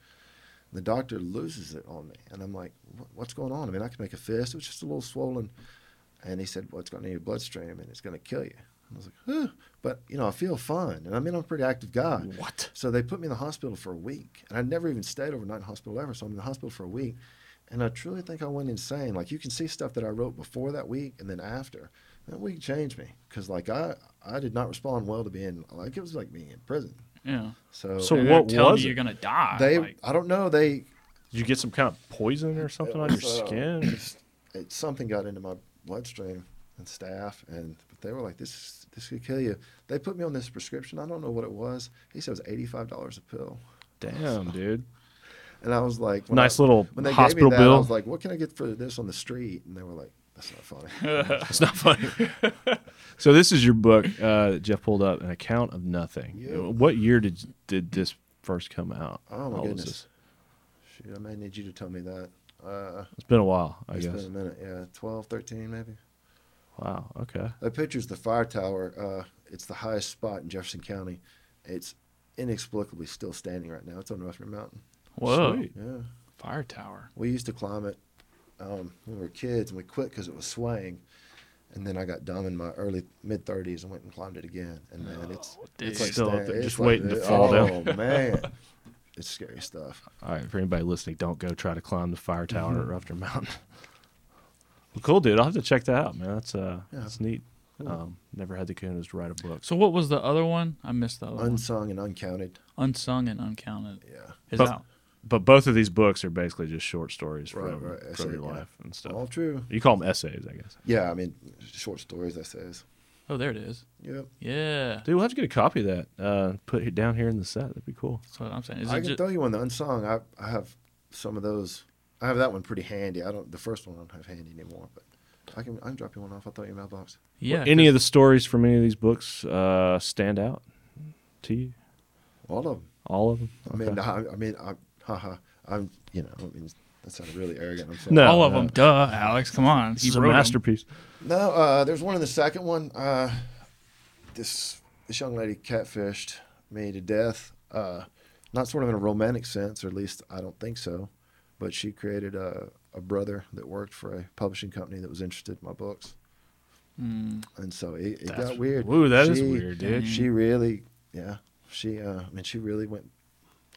[SPEAKER 3] The doctor loses it on me, and I'm like, "What- "What's going on?" I mean, I could make a fist. It was just a little swollen. And he said, Well, it's going to need your bloodstream and it's going to kill you. And I was like, Huh. But, you know, I feel fine. And I mean, I'm a pretty active guy.
[SPEAKER 2] What?
[SPEAKER 3] So they put me in the hospital for a week. And I never even stayed overnight in hospital ever. So I'm in the hospital for a week. And I truly think I went insane. Like, you can see stuff that I wrote before that week and then after. That week changed me because, like, I, I did not respond well to being, like, it was like being in prison.
[SPEAKER 4] Yeah.
[SPEAKER 3] So,
[SPEAKER 2] So
[SPEAKER 4] They're
[SPEAKER 2] what
[SPEAKER 4] telling
[SPEAKER 2] was
[SPEAKER 4] you
[SPEAKER 2] it?
[SPEAKER 4] you're gonna die?
[SPEAKER 3] they,
[SPEAKER 4] like-
[SPEAKER 3] I don't know, they,
[SPEAKER 2] Did you get some kind of poison or something on your
[SPEAKER 3] was, uh,
[SPEAKER 2] skin?
[SPEAKER 3] it, something got into my bloodstream and staff, and but they were like, "This this could kill you." They put me on this prescription. I don't know what it was. He said it was eighty five dollars a pill,
[SPEAKER 2] Damn, dude.
[SPEAKER 3] and I was like, when
[SPEAKER 2] Nice
[SPEAKER 3] I-
[SPEAKER 2] little
[SPEAKER 3] when they
[SPEAKER 2] hospital
[SPEAKER 3] gave me that, I
[SPEAKER 2] bill.
[SPEAKER 3] was like, "What can I get for this on the street?" And they were like, "That's not funny."
[SPEAKER 2] it's not funny. so this is your book uh, that Jeff pulled up, an account of nothing.
[SPEAKER 3] Yeah.
[SPEAKER 2] What year did did this first come out?
[SPEAKER 3] Oh,
[SPEAKER 2] How old
[SPEAKER 3] my
[SPEAKER 2] is
[SPEAKER 3] goodness.
[SPEAKER 2] this?
[SPEAKER 3] Shoot, I may need you to tell me that. Uh,
[SPEAKER 2] It's been a while, I
[SPEAKER 3] it's
[SPEAKER 2] guess.
[SPEAKER 3] been a minute. Yeah, 12, 13 maybe.
[SPEAKER 2] Wow. Okay.
[SPEAKER 3] That picture's the fire tower. Uh, it's the highest spot in Jefferson County. It's inexplicably still standing right now. It's on Rushmore Mountain.
[SPEAKER 4] Whoa.
[SPEAKER 2] Sweet.
[SPEAKER 3] Yeah.
[SPEAKER 4] Fire tower.
[SPEAKER 3] We used to climb it um, when we were kids, and we quit because it was swaying. And then I got dumb in my early mid 30s and went and climbed it again. And man, it's
[SPEAKER 4] Oh, dude.
[SPEAKER 3] it's like
[SPEAKER 2] Still up
[SPEAKER 3] stand-
[SPEAKER 2] there,
[SPEAKER 3] it's
[SPEAKER 2] just waiting to fall
[SPEAKER 3] oh,
[SPEAKER 2] down.
[SPEAKER 3] man, it's scary stuff.
[SPEAKER 2] All right, for anybody listening, don't go try to climb the fire tower
[SPEAKER 3] Mm-hmm.
[SPEAKER 2] at Rufter Mountain. well, cool, dude. I'll have to check that out, man. That's uh,
[SPEAKER 3] Yeah.
[SPEAKER 2] that's neat. Um, never had the kudos to write a book.
[SPEAKER 4] So what was the other one? I missed the other
[SPEAKER 3] Unsung and uncounted.
[SPEAKER 4] one. Unsung and uncounted.
[SPEAKER 3] Yeah,
[SPEAKER 4] Is
[SPEAKER 2] But-
[SPEAKER 4] out.
[SPEAKER 2] But both of these books are basically just short stories from,
[SPEAKER 3] Right, right,
[SPEAKER 2] from
[SPEAKER 3] essay,
[SPEAKER 2] your
[SPEAKER 3] yeah.
[SPEAKER 2] life and stuff.
[SPEAKER 3] all true.
[SPEAKER 2] You call them essays, I guess.
[SPEAKER 3] Yeah, I mean, short stories. I says.
[SPEAKER 4] Oh, there it is.
[SPEAKER 3] Yep.
[SPEAKER 4] Yeah.
[SPEAKER 2] Dude, we'll have to get a copy of that. Uh, put it down here in the set. That'd be cool.
[SPEAKER 4] That's what I'm saying. Is
[SPEAKER 3] I
[SPEAKER 4] it
[SPEAKER 3] can
[SPEAKER 4] just,
[SPEAKER 3] throw you one the unsung. I I have some of those. I have that one pretty handy. I don't. The first one I don't have handy anymore, but I can I can drop you one off. I'll throw you in your mailbox.
[SPEAKER 4] yeah.
[SPEAKER 2] Any of the stories from any of these books uh, stand out to you?
[SPEAKER 3] All of them.
[SPEAKER 2] All of them?
[SPEAKER 3] I mean,
[SPEAKER 2] Okay.
[SPEAKER 3] I, I mean, I, haha, I'm, you know, I mean, that sounded really arrogant. I'm sorry.
[SPEAKER 2] No.
[SPEAKER 4] all of
[SPEAKER 2] no.
[SPEAKER 4] them. Duh, Alex. Come on.
[SPEAKER 2] This
[SPEAKER 4] He
[SPEAKER 2] is a
[SPEAKER 4] wrote 'em.
[SPEAKER 2] masterpiece.
[SPEAKER 3] no. Uh, there's one in the second one. Uh, this this young lady catfished me to death. Uh, not sort of in a romantic sense, or at least I don't think so. But she created a, a brother that worked for a publishing company that was interested in my books,
[SPEAKER 4] Mm.
[SPEAKER 3] and so it, it
[SPEAKER 2] That's-
[SPEAKER 3] got weird.
[SPEAKER 2] Ooh, that
[SPEAKER 3] that
[SPEAKER 2] is
[SPEAKER 3] is
[SPEAKER 2] weird, dude.
[SPEAKER 3] She really, yeah. She, uh, I mean, she really went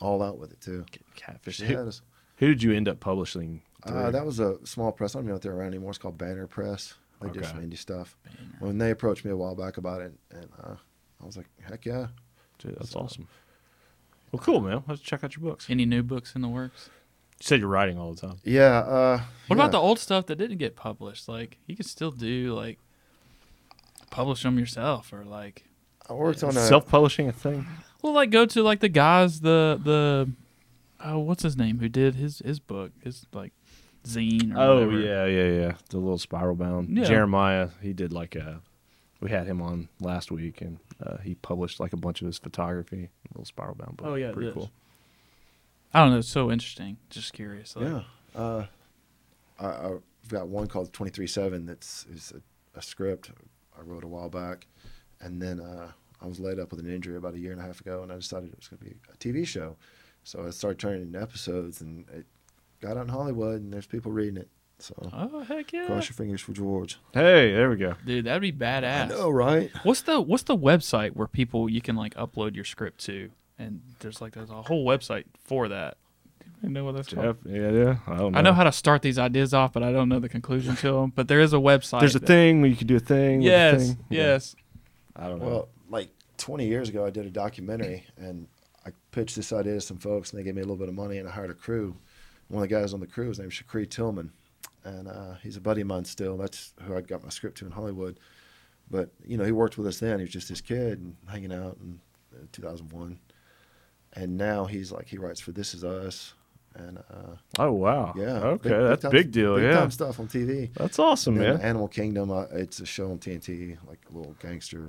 [SPEAKER 3] all out with it too.
[SPEAKER 2] Catfish.
[SPEAKER 3] She
[SPEAKER 2] Who,
[SPEAKER 3] had us-
[SPEAKER 2] who did you end up publishing?
[SPEAKER 3] Uh,
[SPEAKER 2] through?
[SPEAKER 3] that was a small press. I don't even know if they're around anymore. It's called Banner Press. They do
[SPEAKER 2] Okay.
[SPEAKER 3] some indie stuff. When they approached me a while back about it, and uh, I was like, heck yeah.
[SPEAKER 2] Dude, that's awesome. Well, cool, man. Let's check out your books. You
[SPEAKER 4] Any new books in the works?
[SPEAKER 2] said you're writing all the time.
[SPEAKER 3] Yeah. Uh,
[SPEAKER 4] What
[SPEAKER 3] yeah.
[SPEAKER 4] about the old stuff that didn't get published? Like you could still do like publish them yourself or like
[SPEAKER 3] I worked on a.
[SPEAKER 2] Self-publishing a thing.
[SPEAKER 4] well like go to like the guys the the oh what's his name who did his his book his like zine or
[SPEAKER 2] Oh
[SPEAKER 4] whatever.
[SPEAKER 2] yeah, yeah, yeah. The little spiral bound.
[SPEAKER 4] Yeah.
[SPEAKER 2] Jeremiah, he did like a. We had him on last week, and uh, he published like a bunch of his photography. Little spiral bound book.
[SPEAKER 4] Oh, yeah,
[SPEAKER 2] pretty
[SPEAKER 4] this.
[SPEAKER 2] cool.
[SPEAKER 4] I don't know it's so interesting just curious like,
[SPEAKER 3] yeah. Uh, I, I've got one called 23-7 that's is a, a script I wrote a while back. And then uh, I was laid up with an injury about a year and a half ago, and I decided it was going to be a TV show. So I started turning it into episodes, and it got out in Hollywood, and there's people reading it. So
[SPEAKER 4] oh heck yeah
[SPEAKER 3] cross your fingers for George.
[SPEAKER 2] Hey, there we go.
[SPEAKER 4] dude that'd be badass
[SPEAKER 3] I know, right?
[SPEAKER 4] What's the what's the website where people you can like upload your script to? And there's like there's a whole website for that. I know what that's
[SPEAKER 2] Jeff.
[SPEAKER 4] called.
[SPEAKER 2] Yeah, yeah. I don't know.
[SPEAKER 4] I know how to start these ideas off, but I don't know the conclusion to them. But there is a website.
[SPEAKER 2] There's a
[SPEAKER 4] that-
[SPEAKER 2] thing where you can do a thing. with a
[SPEAKER 4] Yes,
[SPEAKER 2] thing. Yeah.
[SPEAKER 4] yes.
[SPEAKER 2] I don't know.
[SPEAKER 3] Well, like 20 years ago, I did a documentary and I pitched this idea to some folks, and they gave me a little bit of money and I hired a crew. One of the guys on the crew, his name's Shakri Tillman, and uh, he's a buddy of mine still. That's who I got my script to in Hollywood. But you know, he worked with us then. He was just this kid and hanging out in uh, 2001, and now he's like he writes for This Is Us, and uh,
[SPEAKER 2] oh wow.
[SPEAKER 3] yeah,
[SPEAKER 2] Okay,
[SPEAKER 3] big-
[SPEAKER 2] that's
[SPEAKER 3] time-
[SPEAKER 2] big deal.
[SPEAKER 3] big
[SPEAKER 2] yeah.
[SPEAKER 3] time stuff on TV.
[SPEAKER 2] That's awesome,
[SPEAKER 3] And
[SPEAKER 2] man.
[SPEAKER 3] then Animal Kingdom, uh, it's a show on TNT, like a little gangster.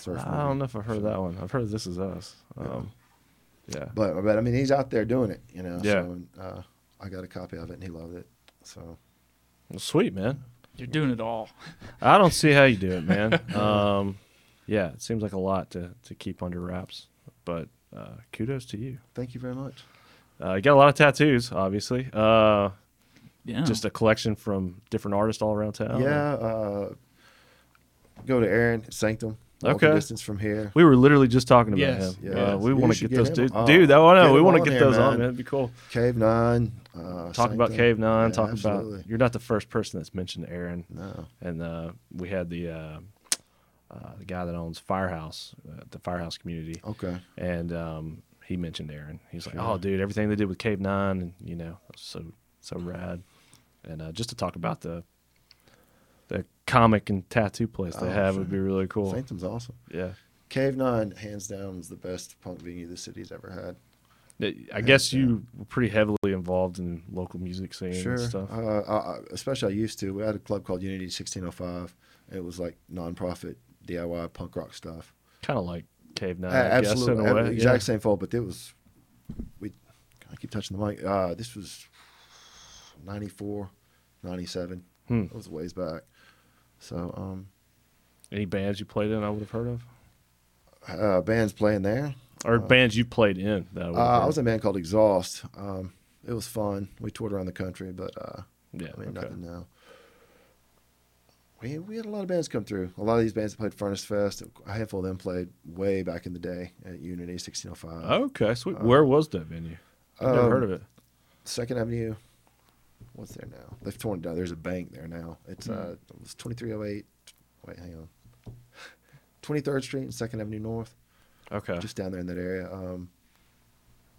[SPEAKER 3] Surf
[SPEAKER 2] I don't
[SPEAKER 3] movie.
[SPEAKER 2] know if I've heard that one. I've heard This Is Us. Um, yeah.
[SPEAKER 3] But but I mean, he's out there doing it, you know.
[SPEAKER 2] Yeah.
[SPEAKER 3] So, and, uh, I got a copy of it, and he loved it. So
[SPEAKER 2] Well, sweet, man.
[SPEAKER 4] You're doing it all.
[SPEAKER 2] I don't see how you do it, man. um, yeah, it seems like a lot to, to keep under wraps, but uh, kudos to you.
[SPEAKER 3] thank you very much.
[SPEAKER 2] Uh, you got a lot of tattoos, obviously.
[SPEAKER 3] Oh.
[SPEAKER 2] Uh,
[SPEAKER 4] Yeah.
[SPEAKER 2] Just a collection from different artists all around town.
[SPEAKER 3] yeah. Uh, go to Aaron Sanctum.
[SPEAKER 2] Okay.
[SPEAKER 3] Walking distance from here.
[SPEAKER 2] We were literally just talking about
[SPEAKER 4] Yes.
[SPEAKER 2] him.
[SPEAKER 3] Yes.
[SPEAKER 2] Uh, we
[SPEAKER 3] You
[SPEAKER 2] want to
[SPEAKER 3] should
[SPEAKER 2] get,
[SPEAKER 3] get
[SPEAKER 2] those
[SPEAKER 3] him
[SPEAKER 2] dudes.
[SPEAKER 3] on.
[SPEAKER 2] Dude, that, I know.
[SPEAKER 3] Get
[SPEAKER 2] we
[SPEAKER 3] him
[SPEAKER 2] want
[SPEAKER 3] on
[SPEAKER 2] to get
[SPEAKER 3] here,
[SPEAKER 2] those on,
[SPEAKER 3] man.
[SPEAKER 2] man. It'd be cool.
[SPEAKER 3] Cave Nine. Uh,
[SPEAKER 2] Talk about
[SPEAKER 3] Sanctum.
[SPEAKER 2] Cave Nine.
[SPEAKER 3] Yeah,
[SPEAKER 2] talk about.
[SPEAKER 3] absolutely.
[SPEAKER 2] You're not the first person that's mentioned Aaron.
[SPEAKER 3] No.
[SPEAKER 2] and uh, we had the uh, uh, the guy that owns Firehouse, uh, the Firehouse community,
[SPEAKER 3] Okay.
[SPEAKER 2] and um, he mentioned Aaron. He's like,
[SPEAKER 3] Sure.
[SPEAKER 2] "Oh, dude, everything they did with Cave Nine, and you know, that was so so rad." And uh, just to talk about the the comic and tattoo place they
[SPEAKER 3] Oh,
[SPEAKER 2] have would
[SPEAKER 3] sure.
[SPEAKER 2] be really cool.
[SPEAKER 3] Sanctum's awesome.
[SPEAKER 2] Yeah,
[SPEAKER 3] Cave Nine, hands down, is the best punk venue the city's ever had.
[SPEAKER 2] I- I guess you were pretty heavily involved in local music scene
[SPEAKER 3] Sure.
[SPEAKER 2] and stuff.
[SPEAKER 3] Uh, I, I- especially I used to. We had a club called Unity 1605. It was like nonprofit DIY punk rock stuff.
[SPEAKER 2] kind of like Cave Nine,
[SPEAKER 3] A-
[SPEAKER 2] I guess, in a
[SPEAKER 3] absolutely, ab-
[SPEAKER 2] way.
[SPEAKER 3] exact
[SPEAKER 2] Yeah.
[SPEAKER 3] same fold. But it was we. I keep touching the mic. Uh, this was 94, 97.
[SPEAKER 2] Hmm.
[SPEAKER 3] It was a ways back. So um,
[SPEAKER 2] Any bands you played in, I would have heard of,
[SPEAKER 3] uh, bands playing there.
[SPEAKER 2] or bands you played in. That I would've
[SPEAKER 3] Uh, I
[SPEAKER 2] heard
[SPEAKER 3] was
[SPEAKER 2] of.
[SPEAKER 3] in a band called Exhaust. Um, it was fun. We toured around the country, but uh,
[SPEAKER 2] yeah,
[SPEAKER 3] I mean
[SPEAKER 2] okay.
[SPEAKER 3] nothing now. We, we had a lot of bands come through. A lot of these bands that played Furnace Fest. A handful of them played way back in the day at Unity 1605.
[SPEAKER 2] Okay, sweet.
[SPEAKER 3] Uh,
[SPEAKER 2] Where was that venue? I've never
[SPEAKER 3] um,
[SPEAKER 2] heard of it.
[SPEAKER 3] Second Avenue. What's there now? They've torn it down. There's a bank there now.
[SPEAKER 2] Hmm.
[SPEAKER 3] It's uh, it was 2308. Wait, hang on. 23rd Street and Second Avenue North,
[SPEAKER 2] Okay.
[SPEAKER 3] just down there in that area. Um,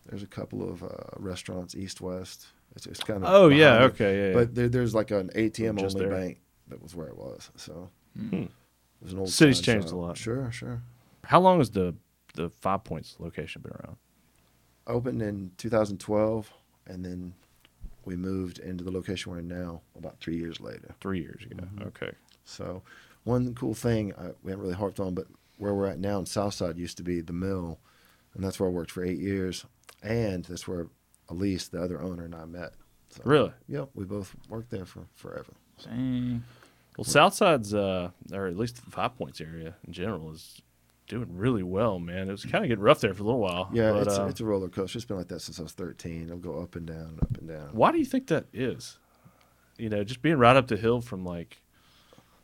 [SPEAKER 3] there's a couple of uh, restaurants east west. It's, it's kind of
[SPEAKER 2] oh yeah.
[SPEAKER 3] behind it.
[SPEAKER 2] Okay. Yeah.
[SPEAKER 3] But there, there's like an ATM
[SPEAKER 2] Just
[SPEAKER 3] only
[SPEAKER 2] there.
[SPEAKER 3] bank that was where it was. So
[SPEAKER 4] Hmm.
[SPEAKER 3] it was an old
[SPEAKER 2] City's
[SPEAKER 3] sign
[SPEAKER 2] changed a
[SPEAKER 3] shop.
[SPEAKER 2] lot.
[SPEAKER 3] Sure, sure.
[SPEAKER 2] yeah. How long has the the Five Points location been around?
[SPEAKER 3] Opened in 2012, and then we moved into the location we're in now about three years later.
[SPEAKER 2] Three years ago.
[SPEAKER 3] Mhm.
[SPEAKER 2] Okay.
[SPEAKER 3] So, one cool thing I, we haven't really harped on, but where we're at now in Southside used to be the mill, and that's where I worked for eight years, and that's where Elise, the other owner, and I met. So,
[SPEAKER 2] Really?
[SPEAKER 3] Yep, we both worked there for forever.
[SPEAKER 4] Dang.
[SPEAKER 2] Well, Southside's uh, or at least the Five Points area in general is doing really well, man. It was kind of getting rough there for a little while.
[SPEAKER 3] Yeah,
[SPEAKER 2] but,
[SPEAKER 3] it's,
[SPEAKER 2] uh,
[SPEAKER 3] it's a roller coaster. It's been like that since I was 13. It'll go up and down, up and down.
[SPEAKER 2] why do you think that is? You know, just being right up the hill from like,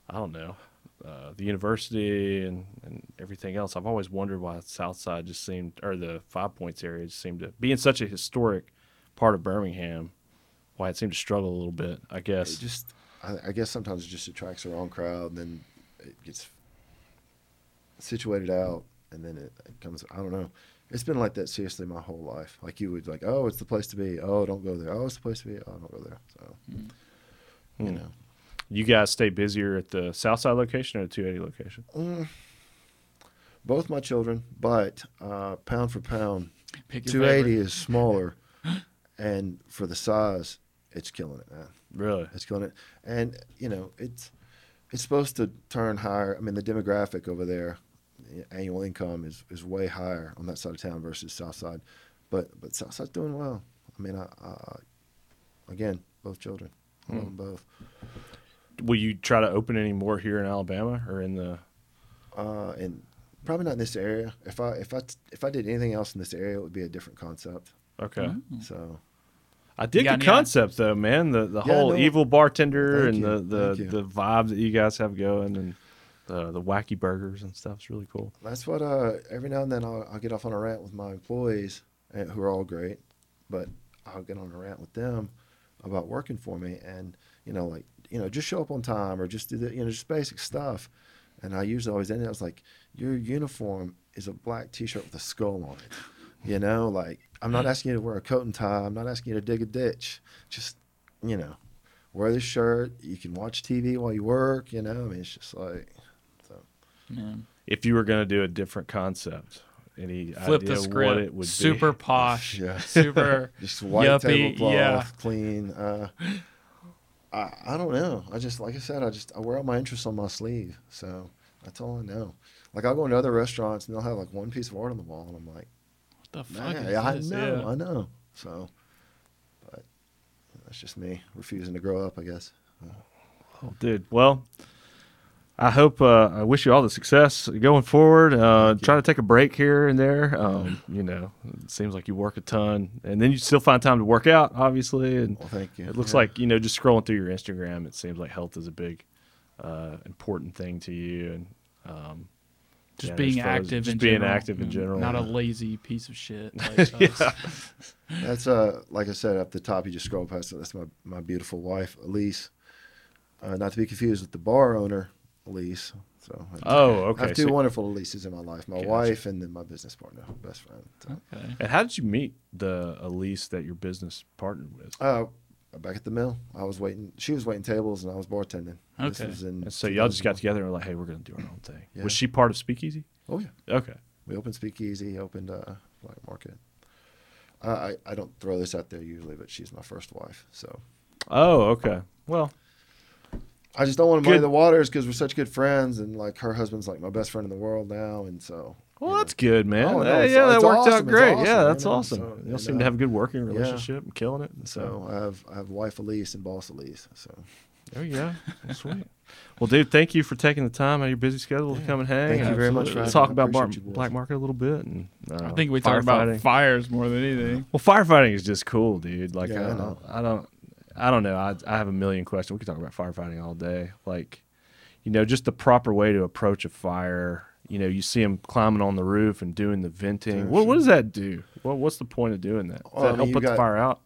[SPEAKER 2] I don't know, uh, the university and, and everything else. I've always wondered why Southside just seemed, or the Five Points area just seemed to be in such a historic part of Birmingham, why it seemed to struggle a little bit, I guess.
[SPEAKER 3] It just, I, I guess sometimes it just attracts the wrong crowd, and then it gets situated out, and then it, it comes. I don't know. It's been like that seriously my whole life. Like you would like, oh, it's the place to be. Oh, don't go there. Oh, it's the place to be. Oh, don't go there. So, you
[SPEAKER 2] Hmm.
[SPEAKER 3] know,
[SPEAKER 2] you guys stay busier at the Southside location or the 280 location?
[SPEAKER 3] Uh, both my children, but uh, pound for pound,
[SPEAKER 4] Pick your
[SPEAKER 3] two eighty
[SPEAKER 4] favorite.
[SPEAKER 3] is smaller, and for the size, it's killing it, man.
[SPEAKER 2] Really?
[SPEAKER 3] It's killing it, and you know it's it's supposed to turn higher. I mean, the demographic over there, the annual income is is way higher on that side of town versus South Side, but but South Side's doing well. I mean, I, I I- again, both children, I love them both.
[SPEAKER 2] Will you try to open any more here in Alabama or in the?
[SPEAKER 3] uh, and probably not in this area. If I if I if I did anything else in this area, it would be a different concept.
[SPEAKER 2] Okay,
[SPEAKER 3] Mm-hmm.
[SPEAKER 4] Hmm?
[SPEAKER 3] So
[SPEAKER 2] I did
[SPEAKER 4] You got
[SPEAKER 2] the
[SPEAKER 4] any-
[SPEAKER 2] concept though, man. The the
[SPEAKER 3] Yeah,
[SPEAKER 2] whole
[SPEAKER 3] no.
[SPEAKER 2] evil bartender
[SPEAKER 3] Thank
[SPEAKER 2] and
[SPEAKER 3] you,
[SPEAKER 2] the the,
[SPEAKER 3] thank you.
[SPEAKER 2] the vibe that you guys have going and the the wacky burgers and stuff is really cool.
[SPEAKER 3] that's what. Uh, every now and then I'll, I'll get off on a rant with my employees, eh, who are all great, but I'll get on a rant with them about working for me, and you know, like you know, just show up on time or just do the you know just basic stuff. And I usually always end it. I was like, your uniform is a black T-shirt with a skull on it. You know, like I'm not asking you to wear a coat and tie. I'm not asking you to dig a ditch. Just you know, wear this shirt. You can watch TV while you work. You know, I mean, it's just like so.
[SPEAKER 4] Yeah.
[SPEAKER 2] If you were gonna do a different concept, any
[SPEAKER 4] Flip
[SPEAKER 2] idea
[SPEAKER 4] the script.
[SPEAKER 2] what it would
[SPEAKER 4] super
[SPEAKER 2] be?
[SPEAKER 4] posh.
[SPEAKER 3] Yeah.
[SPEAKER 4] Super.
[SPEAKER 3] just white
[SPEAKER 4] Yuppie,
[SPEAKER 3] tablecloth,
[SPEAKER 4] yeah.
[SPEAKER 3] clean. Uh, I I don't know. I just like I said, I just I wear all my interests on my sleeve, so that's all I know. Like I'll go into other restaurants and they'll have like one piece of art on the wall, and I'm like,
[SPEAKER 4] What the fuck?
[SPEAKER 3] man,
[SPEAKER 4] is
[SPEAKER 3] I
[SPEAKER 4] this?
[SPEAKER 3] know,
[SPEAKER 4] Yeah.
[SPEAKER 3] I know. So, but that's just me refusing to grow up, I guess.
[SPEAKER 2] Oh, dude. Well, I hope uh, I wish you all the success going forward. Uh, try to take a break here and there. Um, you know, it seems like you work a ton, and then you still find time to work out, obviously. And
[SPEAKER 3] Well, thank you.
[SPEAKER 2] it looks
[SPEAKER 3] Yeah.
[SPEAKER 2] like you know, just scrolling through your Instagram, it seems like health is a big, uh, important thing to you, and um,
[SPEAKER 4] Just
[SPEAKER 2] yeah, there's
[SPEAKER 4] being
[SPEAKER 2] photos-
[SPEAKER 4] active
[SPEAKER 2] just
[SPEAKER 4] in
[SPEAKER 2] being
[SPEAKER 4] general.
[SPEAKER 2] active in
[SPEAKER 4] Mm,
[SPEAKER 2] general.
[SPEAKER 4] Not a lazy piece of shit. Like us.
[SPEAKER 3] That's uh, like I said, up the top, you just scroll past it. That's my, my beautiful wife, Elise. Uh, not to be confused with the bar owner, Elise. So I have,
[SPEAKER 2] oh,
[SPEAKER 3] I
[SPEAKER 2] okay.
[SPEAKER 3] have two
[SPEAKER 2] so-
[SPEAKER 3] wonderful Elises in my life: my
[SPEAKER 2] Gotcha.
[SPEAKER 3] wife and then my business partner, best friend. So,
[SPEAKER 4] Okay.
[SPEAKER 2] and how did you meet the Elise that your business partnered with?
[SPEAKER 3] uh, back at the mill, I was waiting. She was waiting tables, and I was bartending. This
[SPEAKER 4] Okay.
[SPEAKER 3] was in
[SPEAKER 2] And so y'all just got together and were like, hey, we're gonna do our own thing.
[SPEAKER 3] Yeah.
[SPEAKER 2] Was she part of Speakeasy?
[SPEAKER 3] 2001. Oh yeah.
[SPEAKER 2] Okay.
[SPEAKER 3] We opened Speakeasy, opened uh, Black Market. Uh, I I don't throw this out there usually, but she's my first wife, so
[SPEAKER 2] Oh, okay. Well,
[SPEAKER 3] I just don't want to muddy
[SPEAKER 2] Good.
[SPEAKER 3] the waters because we're such good friends, and like her husband's like my best friend in the world now, and so
[SPEAKER 2] well,
[SPEAKER 3] you know.
[SPEAKER 2] that's good, man.
[SPEAKER 3] Oh, no,
[SPEAKER 2] Hey,
[SPEAKER 3] it's-
[SPEAKER 2] yeah, that
[SPEAKER 3] it's
[SPEAKER 2] worked
[SPEAKER 3] awesome.
[SPEAKER 2] out
[SPEAKER 3] It's
[SPEAKER 2] great.
[SPEAKER 3] awesome,
[SPEAKER 2] yeah,
[SPEAKER 3] man.
[SPEAKER 2] that's
[SPEAKER 3] And
[SPEAKER 2] awesome.
[SPEAKER 3] so,
[SPEAKER 2] Y'all
[SPEAKER 3] and,
[SPEAKER 2] seem to
[SPEAKER 3] uh,
[SPEAKER 2] have a good working relationship and killing it. And
[SPEAKER 3] So
[SPEAKER 2] so
[SPEAKER 3] I have I have wife Elise and boss Elise. So
[SPEAKER 2] there you go. Well, Oh, Sweet. Well, dude, thank you for taking the time out of your busy schedule to come and hang.
[SPEAKER 3] Thank
[SPEAKER 2] and
[SPEAKER 3] you very much for
[SPEAKER 2] Let's
[SPEAKER 3] having
[SPEAKER 2] talk
[SPEAKER 3] me.
[SPEAKER 2] about bar-
[SPEAKER 3] Appreciate you boys.
[SPEAKER 2] black market a little bit. And uh,
[SPEAKER 4] I think we talked about
[SPEAKER 2] firefighting.
[SPEAKER 4] fires more than anything.
[SPEAKER 2] well, firefighting is just cool, dude. Like
[SPEAKER 3] Yeah,
[SPEAKER 2] I,
[SPEAKER 3] I
[SPEAKER 2] don't,
[SPEAKER 3] know.
[SPEAKER 2] I don't, I don't know. I I have a million questions. We could talk about firefighting all day. Like, you know, just the proper way to approach a fire. You know, you see them climbing on the roof and doing the venting.
[SPEAKER 3] Sure,
[SPEAKER 2] what what
[SPEAKER 3] sure.
[SPEAKER 2] does that do? What what's the point of doing that? Does
[SPEAKER 3] Well, I
[SPEAKER 2] that
[SPEAKER 3] mean,
[SPEAKER 2] help
[SPEAKER 3] you
[SPEAKER 2] put the
[SPEAKER 3] got-
[SPEAKER 2] fire out?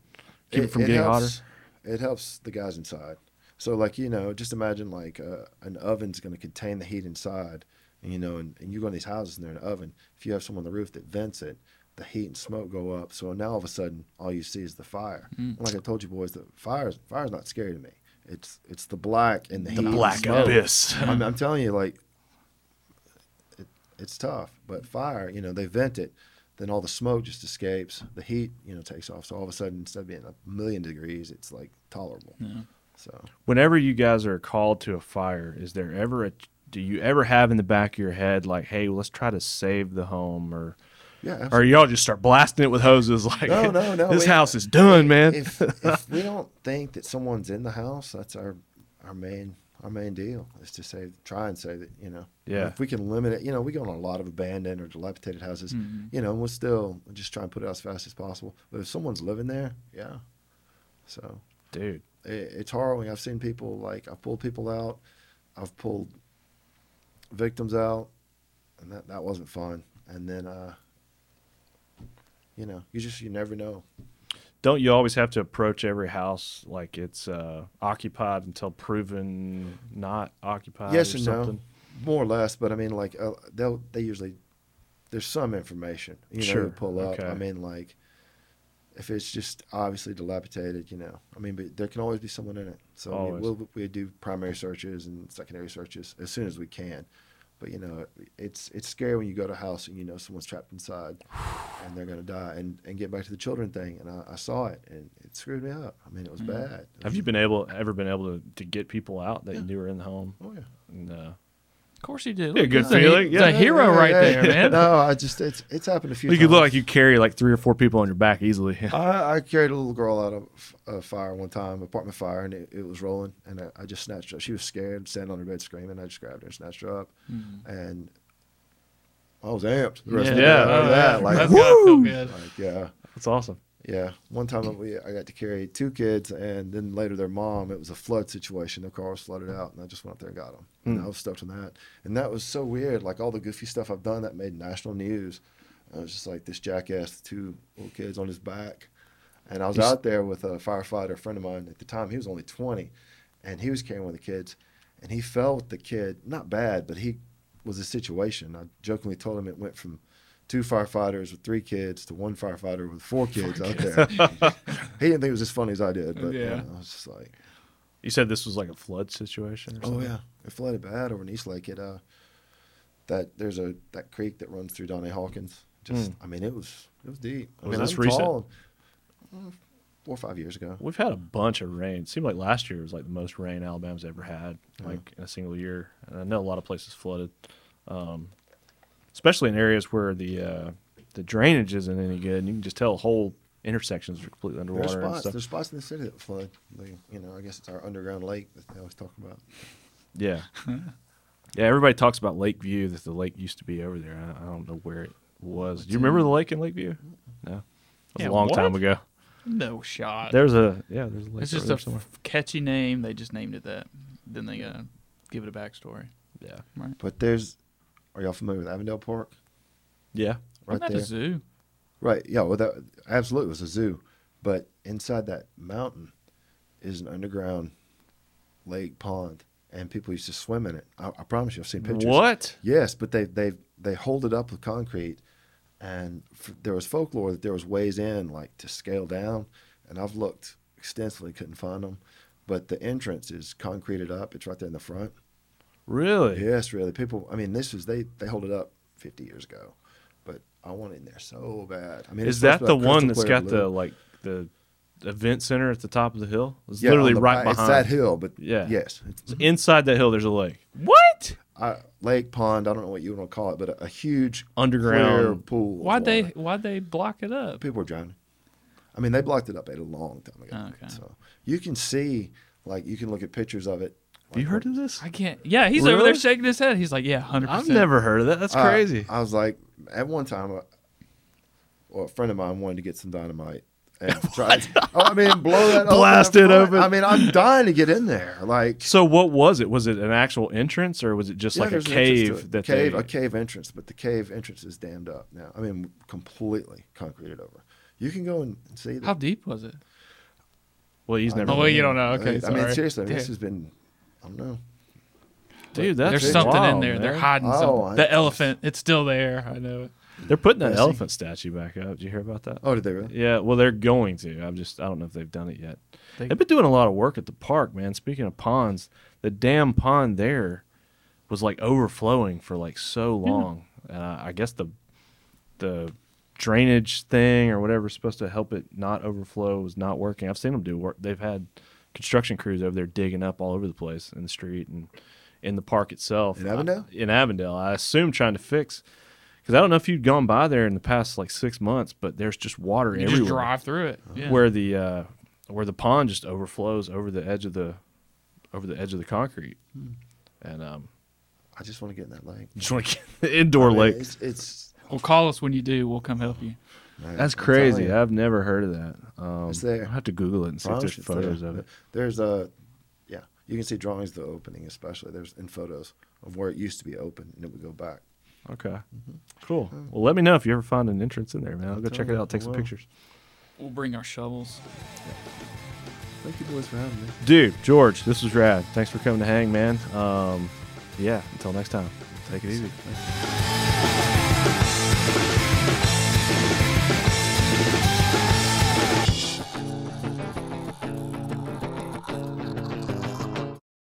[SPEAKER 2] Keep it, from getting hotter.
[SPEAKER 3] helps, It helps the guys inside. So like you know, just imagine like uh, an oven's going to contain the heat inside, and you know, and, and you go in these houses and they're an oven. If you have someone on the roof that vents it, the heat and smoke go up. So now all of a sudden, all you see is the fire. And like I told you boys, the fire's fire's not scary to me. It's it's the black and the, heat. and smoke.
[SPEAKER 2] abyss.
[SPEAKER 3] I'm, I'm telling you, like, it, it's tough. But fire, you know, they vent it, then all the smoke just escapes. The heat, you know, takes off. So all of a sudden, instead of being a million degrees, it's like tolerable. So
[SPEAKER 2] Whenever you guys are called to a fire, is there ever a do you ever have in the back of your head like, hey, let's try to save the home or
[SPEAKER 3] yeah,
[SPEAKER 2] or
[SPEAKER 3] absolutely.
[SPEAKER 2] y'all just start blasting it with hoses like
[SPEAKER 3] No, no, no,
[SPEAKER 2] this
[SPEAKER 3] we-
[SPEAKER 2] house is done, man.
[SPEAKER 3] if if we don't think that someone's in the house, that's our our main our main deal is to say try and say that you know
[SPEAKER 2] Yeah.
[SPEAKER 3] if we can limit it you know we go on a lot of abandoned or dilapidated houses
[SPEAKER 4] Mhm.
[SPEAKER 3] you know and we'll still just try and put it out as fast as possible but if someone's living there yeah so
[SPEAKER 2] Dude.
[SPEAKER 3] it, it's harrowing. I've seen people like I've pulled people out. I've pulled victims out, and that that wasn't fun. And then, uh, you know, you just you never know.
[SPEAKER 2] Don't you always have to approach every house like it's uh, occupied until proven not occupied?
[SPEAKER 3] Yes
[SPEAKER 2] uh, or
[SPEAKER 3] and no.
[SPEAKER 2] something?
[SPEAKER 3] more or less. But I mean, like uh, they they usually there's some information you know
[SPEAKER 2] Sure,
[SPEAKER 3] you pull up.
[SPEAKER 2] okay.
[SPEAKER 3] I mean, like if it's just obviously dilapidated, you know. I mean, but there can always be someone in it. So we,
[SPEAKER 2] Always.
[SPEAKER 3] we'll, we do primary searches and secondary searches as soon as we can. But you know, it's it's scary when you go to a house and you know someone's trapped inside and they're gonna die. And and get back to the children thing. And I, I saw it and it screwed me up. I mean, it was
[SPEAKER 4] Mm.
[SPEAKER 3] bad.
[SPEAKER 2] Mm-hmm. Have you been able ever been able to, to get people out that you knew were in the home?
[SPEAKER 3] Oh yeah.
[SPEAKER 2] And, uh,
[SPEAKER 4] Of course you do.
[SPEAKER 2] Yeah,
[SPEAKER 4] Look,
[SPEAKER 2] good
[SPEAKER 4] it's a-
[SPEAKER 2] feeling.
[SPEAKER 4] It's
[SPEAKER 2] Yeah.
[SPEAKER 4] a hero right there, man.
[SPEAKER 3] No, I just it's it's happened a few.
[SPEAKER 2] you
[SPEAKER 3] times.
[SPEAKER 2] could look like you carry like three or four people on your back easily.
[SPEAKER 3] I, I carried a little girl out of f- a fire one time, apartment fire, and it, it was rolling. And I, I just snatched her. She was scared, standing on her bed screaming. I just grabbed her and snatched her up.
[SPEAKER 4] Mm.
[SPEAKER 3] And I was amped. The rest
[SPEAKER 2] Hmm. Yeah.
[SPEAKER 3] of the day
[SPEAKER 2] Yeah. Oh,
[SPEAKER 3] after that,
[SPEAKER 2] yeah.
[SPEAKER 3] like,
[SPEAKER 4] That's gotta feel
[SPEAKER 2] woo!
[SPEAKER 4] good.
[SPEAKER 3] like, yeah,
[SPEAKER 2] That's awesome.
[SPEAKER 3] yeah. One time we, I got to carry two kids, and then later their mom. It was a flood situation. Their car was flooded out, and I just went up there and got them. And
[SPEAKER 2] Hmm.
[SPEAKER 3] I was stuck on that. And that was so weird. Like all the goofy stuff I've done that made national news. I was just like this jackass, with two little kids on his back. And I was
[SPEAKER 2] You s-
[SPEAKER 3] out there with a firefighter, a friend of mine at the time. He was only 20, and he was carrying one of the kids. And he fell with the kid, not bad, but he was a situation. I jokingly told him it went from two firefighters with three kids to one firefighter with four kids out there. he didn't think it was as funny as I did, but
[SPEAKER 4] Yeah.
[SPEAKER 3] yeah. I was just like,
[SPEAKER 2] You said this was like a flood situation. Or
[SPEAKER 3] Oh
[SPEAKER 2] something?
[SPEAKER 3] yeah, it flooded bad over in East Lake. It uh, that there's a that creek that runs through Donny Hawkins. Just I mean, it was it was deep. I
[SPEAKER 2] Was
[SPEAKER 3] mean,
[SPEAKER 2] this
[SPEAKER 3] I'm
[SPEAKER 2] recent?
[SPEAKER 3] tall. Mm, Four or five years ago.
[SPEAKER 2] We've had a bunch of rain. It seemed like last year was like the most rain Alabama's ever had, like in a single year. And I know a lot of places flooded, um, especially in areas where the uh, the drainage isn't any good, and you can just tell whole intersections are completely
[SPEAKER 3] There's
[SPEAKER 2] underwater and
[SPEAKER 3] spots.
[SPEAKER 2] stuff.
[SPEAKER 3] There's spots in the city that flood. They, you know, I guess it's our underground lake that they always talk about.
[SPEAKER 2] Yeah, yeah. Everybody talks about Lakeview that the lake used to be over there. I, I don't know where it was. Do you remember the lake in Lakeview? No, it was
[SPEAKER 4] Yeah,
[SPEAKER 2] a long
[SPEAKER 4] what?
[SPEAKER 2] time ago.
[SPEAKER 4] No shot.
[SPEAKER 2] There's a yeah. There's a lake
[SPEAKER 4] it's
[SPEAKER 2] over
[SPEAKER 4] just a
[SPEAKER 2] there
[SPEAKER 4] f-
[SPEAKER 2] somewhere.
[SPEAKER 4] catchy name. They just named it that. Then they gotta give it a backstory.
[SPEAKER 2] Yeah,
[SPEAKER 3] But there's, are y'all familiar with Avondale Park?
[SPEAKER 2] yeah.
[SPEAKER 3] Right
[SPEAKER 4] Wasn't that
[SPEAKER 3] there.
[SPEAKER 4] the zoo?
[SPEAKER 3] Right. Yeah. Well, that absolutely it was a zoo, but inside that mountain is an underground lake pond, and people used to swim in it. I, I promise you, I've seen pictures.
[SPEAKER 2] What?
[SPEAKER 3] Yes, but they they they hold it up with concrete, and f- there was folklore that there was ways in, like to scale down, and I've looked extensively, couldn't find them. But the entrance is concreted up. It's right there in the front.
[SPEAKER 2] Really?
[SPEAKER 3] Yes, really. People. I mean, this was they they hold it up 50 years ago, but I want it in there so bad. I mean, it's
[SPEAKER 2] is that
[SPEAKER 3] supposed to
[SPEAKER 2] the
[SPEAKER 3] be like
[SPEAKER 2] one that's
[SPEAKER 3] crystal
[SPEAKER 2] got
[SPEAKER 3] clear
[SPEAKER 2] the
[SPEAKER 3] blue.
[SPEAKER 2] like the event center at the top of the hill? It's
[SPEAKER 3] Yeah,
[SPEAKER 2] literally
[SPEAKER 3] on the
[SPEAKER 2] right
[SPEAKER 3] bi-
[SPEAKER 2] behind.
[SPEAKER 3] It's that hill, but
[SPEAKER 2] Yeah.
[SPEAKER 3] yeah, yes, it's,
[SPEAKER 2] So inside that hill, there's a lake. What?
[SPEAKER 3] I, lake pond. I don't know what you want to call it, but a, a huge clear
[SPEAKER 2] Underground.
[SPEAKER 3] pool. of
[SPEAKER 4] Why'd they
[SPEAKER 3] water.
[SPEAKER 4] Why'd they block it up?
[SPEAKER 3] People were drowning. I mean, they blocked it up at a long time ago.
[SPEAKER 4] Okay.
[SPEAKER 3] So you can see, like, you can look at pictures of it.
[SPEAKER 2] Have you heard of this?
[SPEAKER 4] I can't. Yeah, he's over there
[SPEAKER 2] Really?
[SPEAKER 4] shaking his head. He's like, yeah, hundred
[SPEAKER 2] I've
[SPEAKER 4] percent.
[SPEAKER 2] never heard of that. That's
[SPEAKER 3] I-
[SPEAKER 2] crazy.
[SPEAKER 3] Uh, I, was like, at one time, uh, well, a friend of mine wanted to get some dynamite and try. Oh, I mean, blow that open
[SPEAKER 2] Blast
[SPEAKER 3] up
[SPEAKER 2] it
[SPEAKER 3] front.
[SPEAKER 2] open.
[SPEAKER 3] I mean, I'm dying to get in there. Like,
[SPEAKER 2] so what was it? Was it an actual entrance, or was it just
[SPEAKER 3] yeah,
[SPEAKER 2] like a
[SPEAKER 3] there's an entrance to
[SPEAKER 2] cave
[SPEAKER 3] it.
[SPEAKER 2] that
[SPEAKER 3] cave
[SPEAKER 2] they?
[SPEAKER 3] a cave entrance, but the cave entrance is dammed up now. I mean, completely concreted over. You can go and and see.
[SPEAKER 4] How
[SPEAKER 3] that.
[SPEAKER 4] deep was it?
[SPEAKER 2] Well, he's
[SPEAKER 3] I
[SPEAKER 2] never.
[SPEAKER 3] don't
[SPEAKER 4] Oh, well,
[SPEAKER 2] been
[SPEAKER 4] you
[SPEAKER 2] there.
[SPEAKER 4] don't know. Okay,
[SPEAKER 3] I mean,
[SPEAKER 4] sorry.
[SPEAKER 3] seriously, I mean,
[SPEAKER 4] Yeah.
[SPEAKER 3] this has been. I don't know.
[SPEAKER 2] dude. That's
[SPEAKER 4] There's something in
[SPEAKER 2] wild,
[SPEAKER 4] there. They're
[SPEAKER 2] man.
[SPEAKER 4] hiding
[SPEAKER 3] Oh,
[SPEAKER 4] something.
[SPEAKER 3] I-
[SPEAKER 4] the elephant. It's still there. I know it.
[SPEAKER 2] They're putting that
[SPEAKER 3] Yeah, see?
[SPEAKER 2] elephant statue back up. Did you hear about that?
[SPEAKER 3] Oh, did they really?
[SPEAKER 2] Yeah, well, they're going to. I'm just, I don't know if they've done it yet.
[SPEAKER 4] They-
[SPEAKER 2] They, have been doing a lot of work at the park, man. Speaking of ponds, the damn pond there was like overflowing for like so long, and I, I guess the the drainage thing or whatever is supposed to help it not overflow was not working. I've seen them do work. They've had construction crews over there digging up all over the place in the street and in the park itself.
[SPEAKER 3] In Avondale?
[SPEAKER 2] I, in Avondale, I assume trying to fix. Because I don't know if you've gone by there in the past like six months, but there's just water
[SPEAKER 4] You
[SPEAKER 2] everywhere
[SPEAKER 4] just drive through it. Yeah.
[SPEAKER 2] where the uh, where the pond just overflows over the edge of the over the edge of the concrete,
[SPEAKER 4] Hmm.
[SPEAKER 2] and um,
[SPEAKER 3] I just want to get in that lake.
[SPEAKER 2] just want to get the indoor lake.
[SPEAKER 3] It's, it's
[SPEAKER 4] Well, call us when you do. We'll come help you.
[SPEAKER 3] man,
[SPEAKER 2] That's
[SPEAKER 3] I'm telling
[SPEAKER 2] crazy.
[SPEAKER 3] you.
[SPEAKER 2] I've never heard of that. Um,
[SPEAKER 3] It's there.
[SPEAKER 2] I have to Google it and see if
[SPEAKER 3] Promise
[SPEAKER 2] there's
[SPEAKER 3] it's there.
[SPEAKER 2] photos of it.
[SPEAKER 3] There's a, yeah, you can see drawings of the opening, especially there's in photos of where it used to be open and it would go back.
[SPEAKER 2] Okay.
[SPEAKER 4] Mm-hmm.
[SPEAKER 2] Cool. Well, let me know if you ever find an entrance in there, man. I'll
[SPEAKER 3] I'll
[SPEAKER 2] go
[SPEAKER 3] tell
[SPEAKER 2] check it
[SPEAKER 3] you,
[SPEAKER 2] out. Take
[SPEAKER 3] I
[SPEAKER 2] some
[SPEAKER 3] will.
[SPEAKER 2] pictures.
[SPEAKER 4] We'll bring our shovels.
[SPEAKER 3] Thank you boys for having me.
[SPEAKER 2] Dude, George, this was rad. Thanks for coming to hang, man. Um, yeah. Until next time, take it easy.
[SPEAKER 3] Thanks.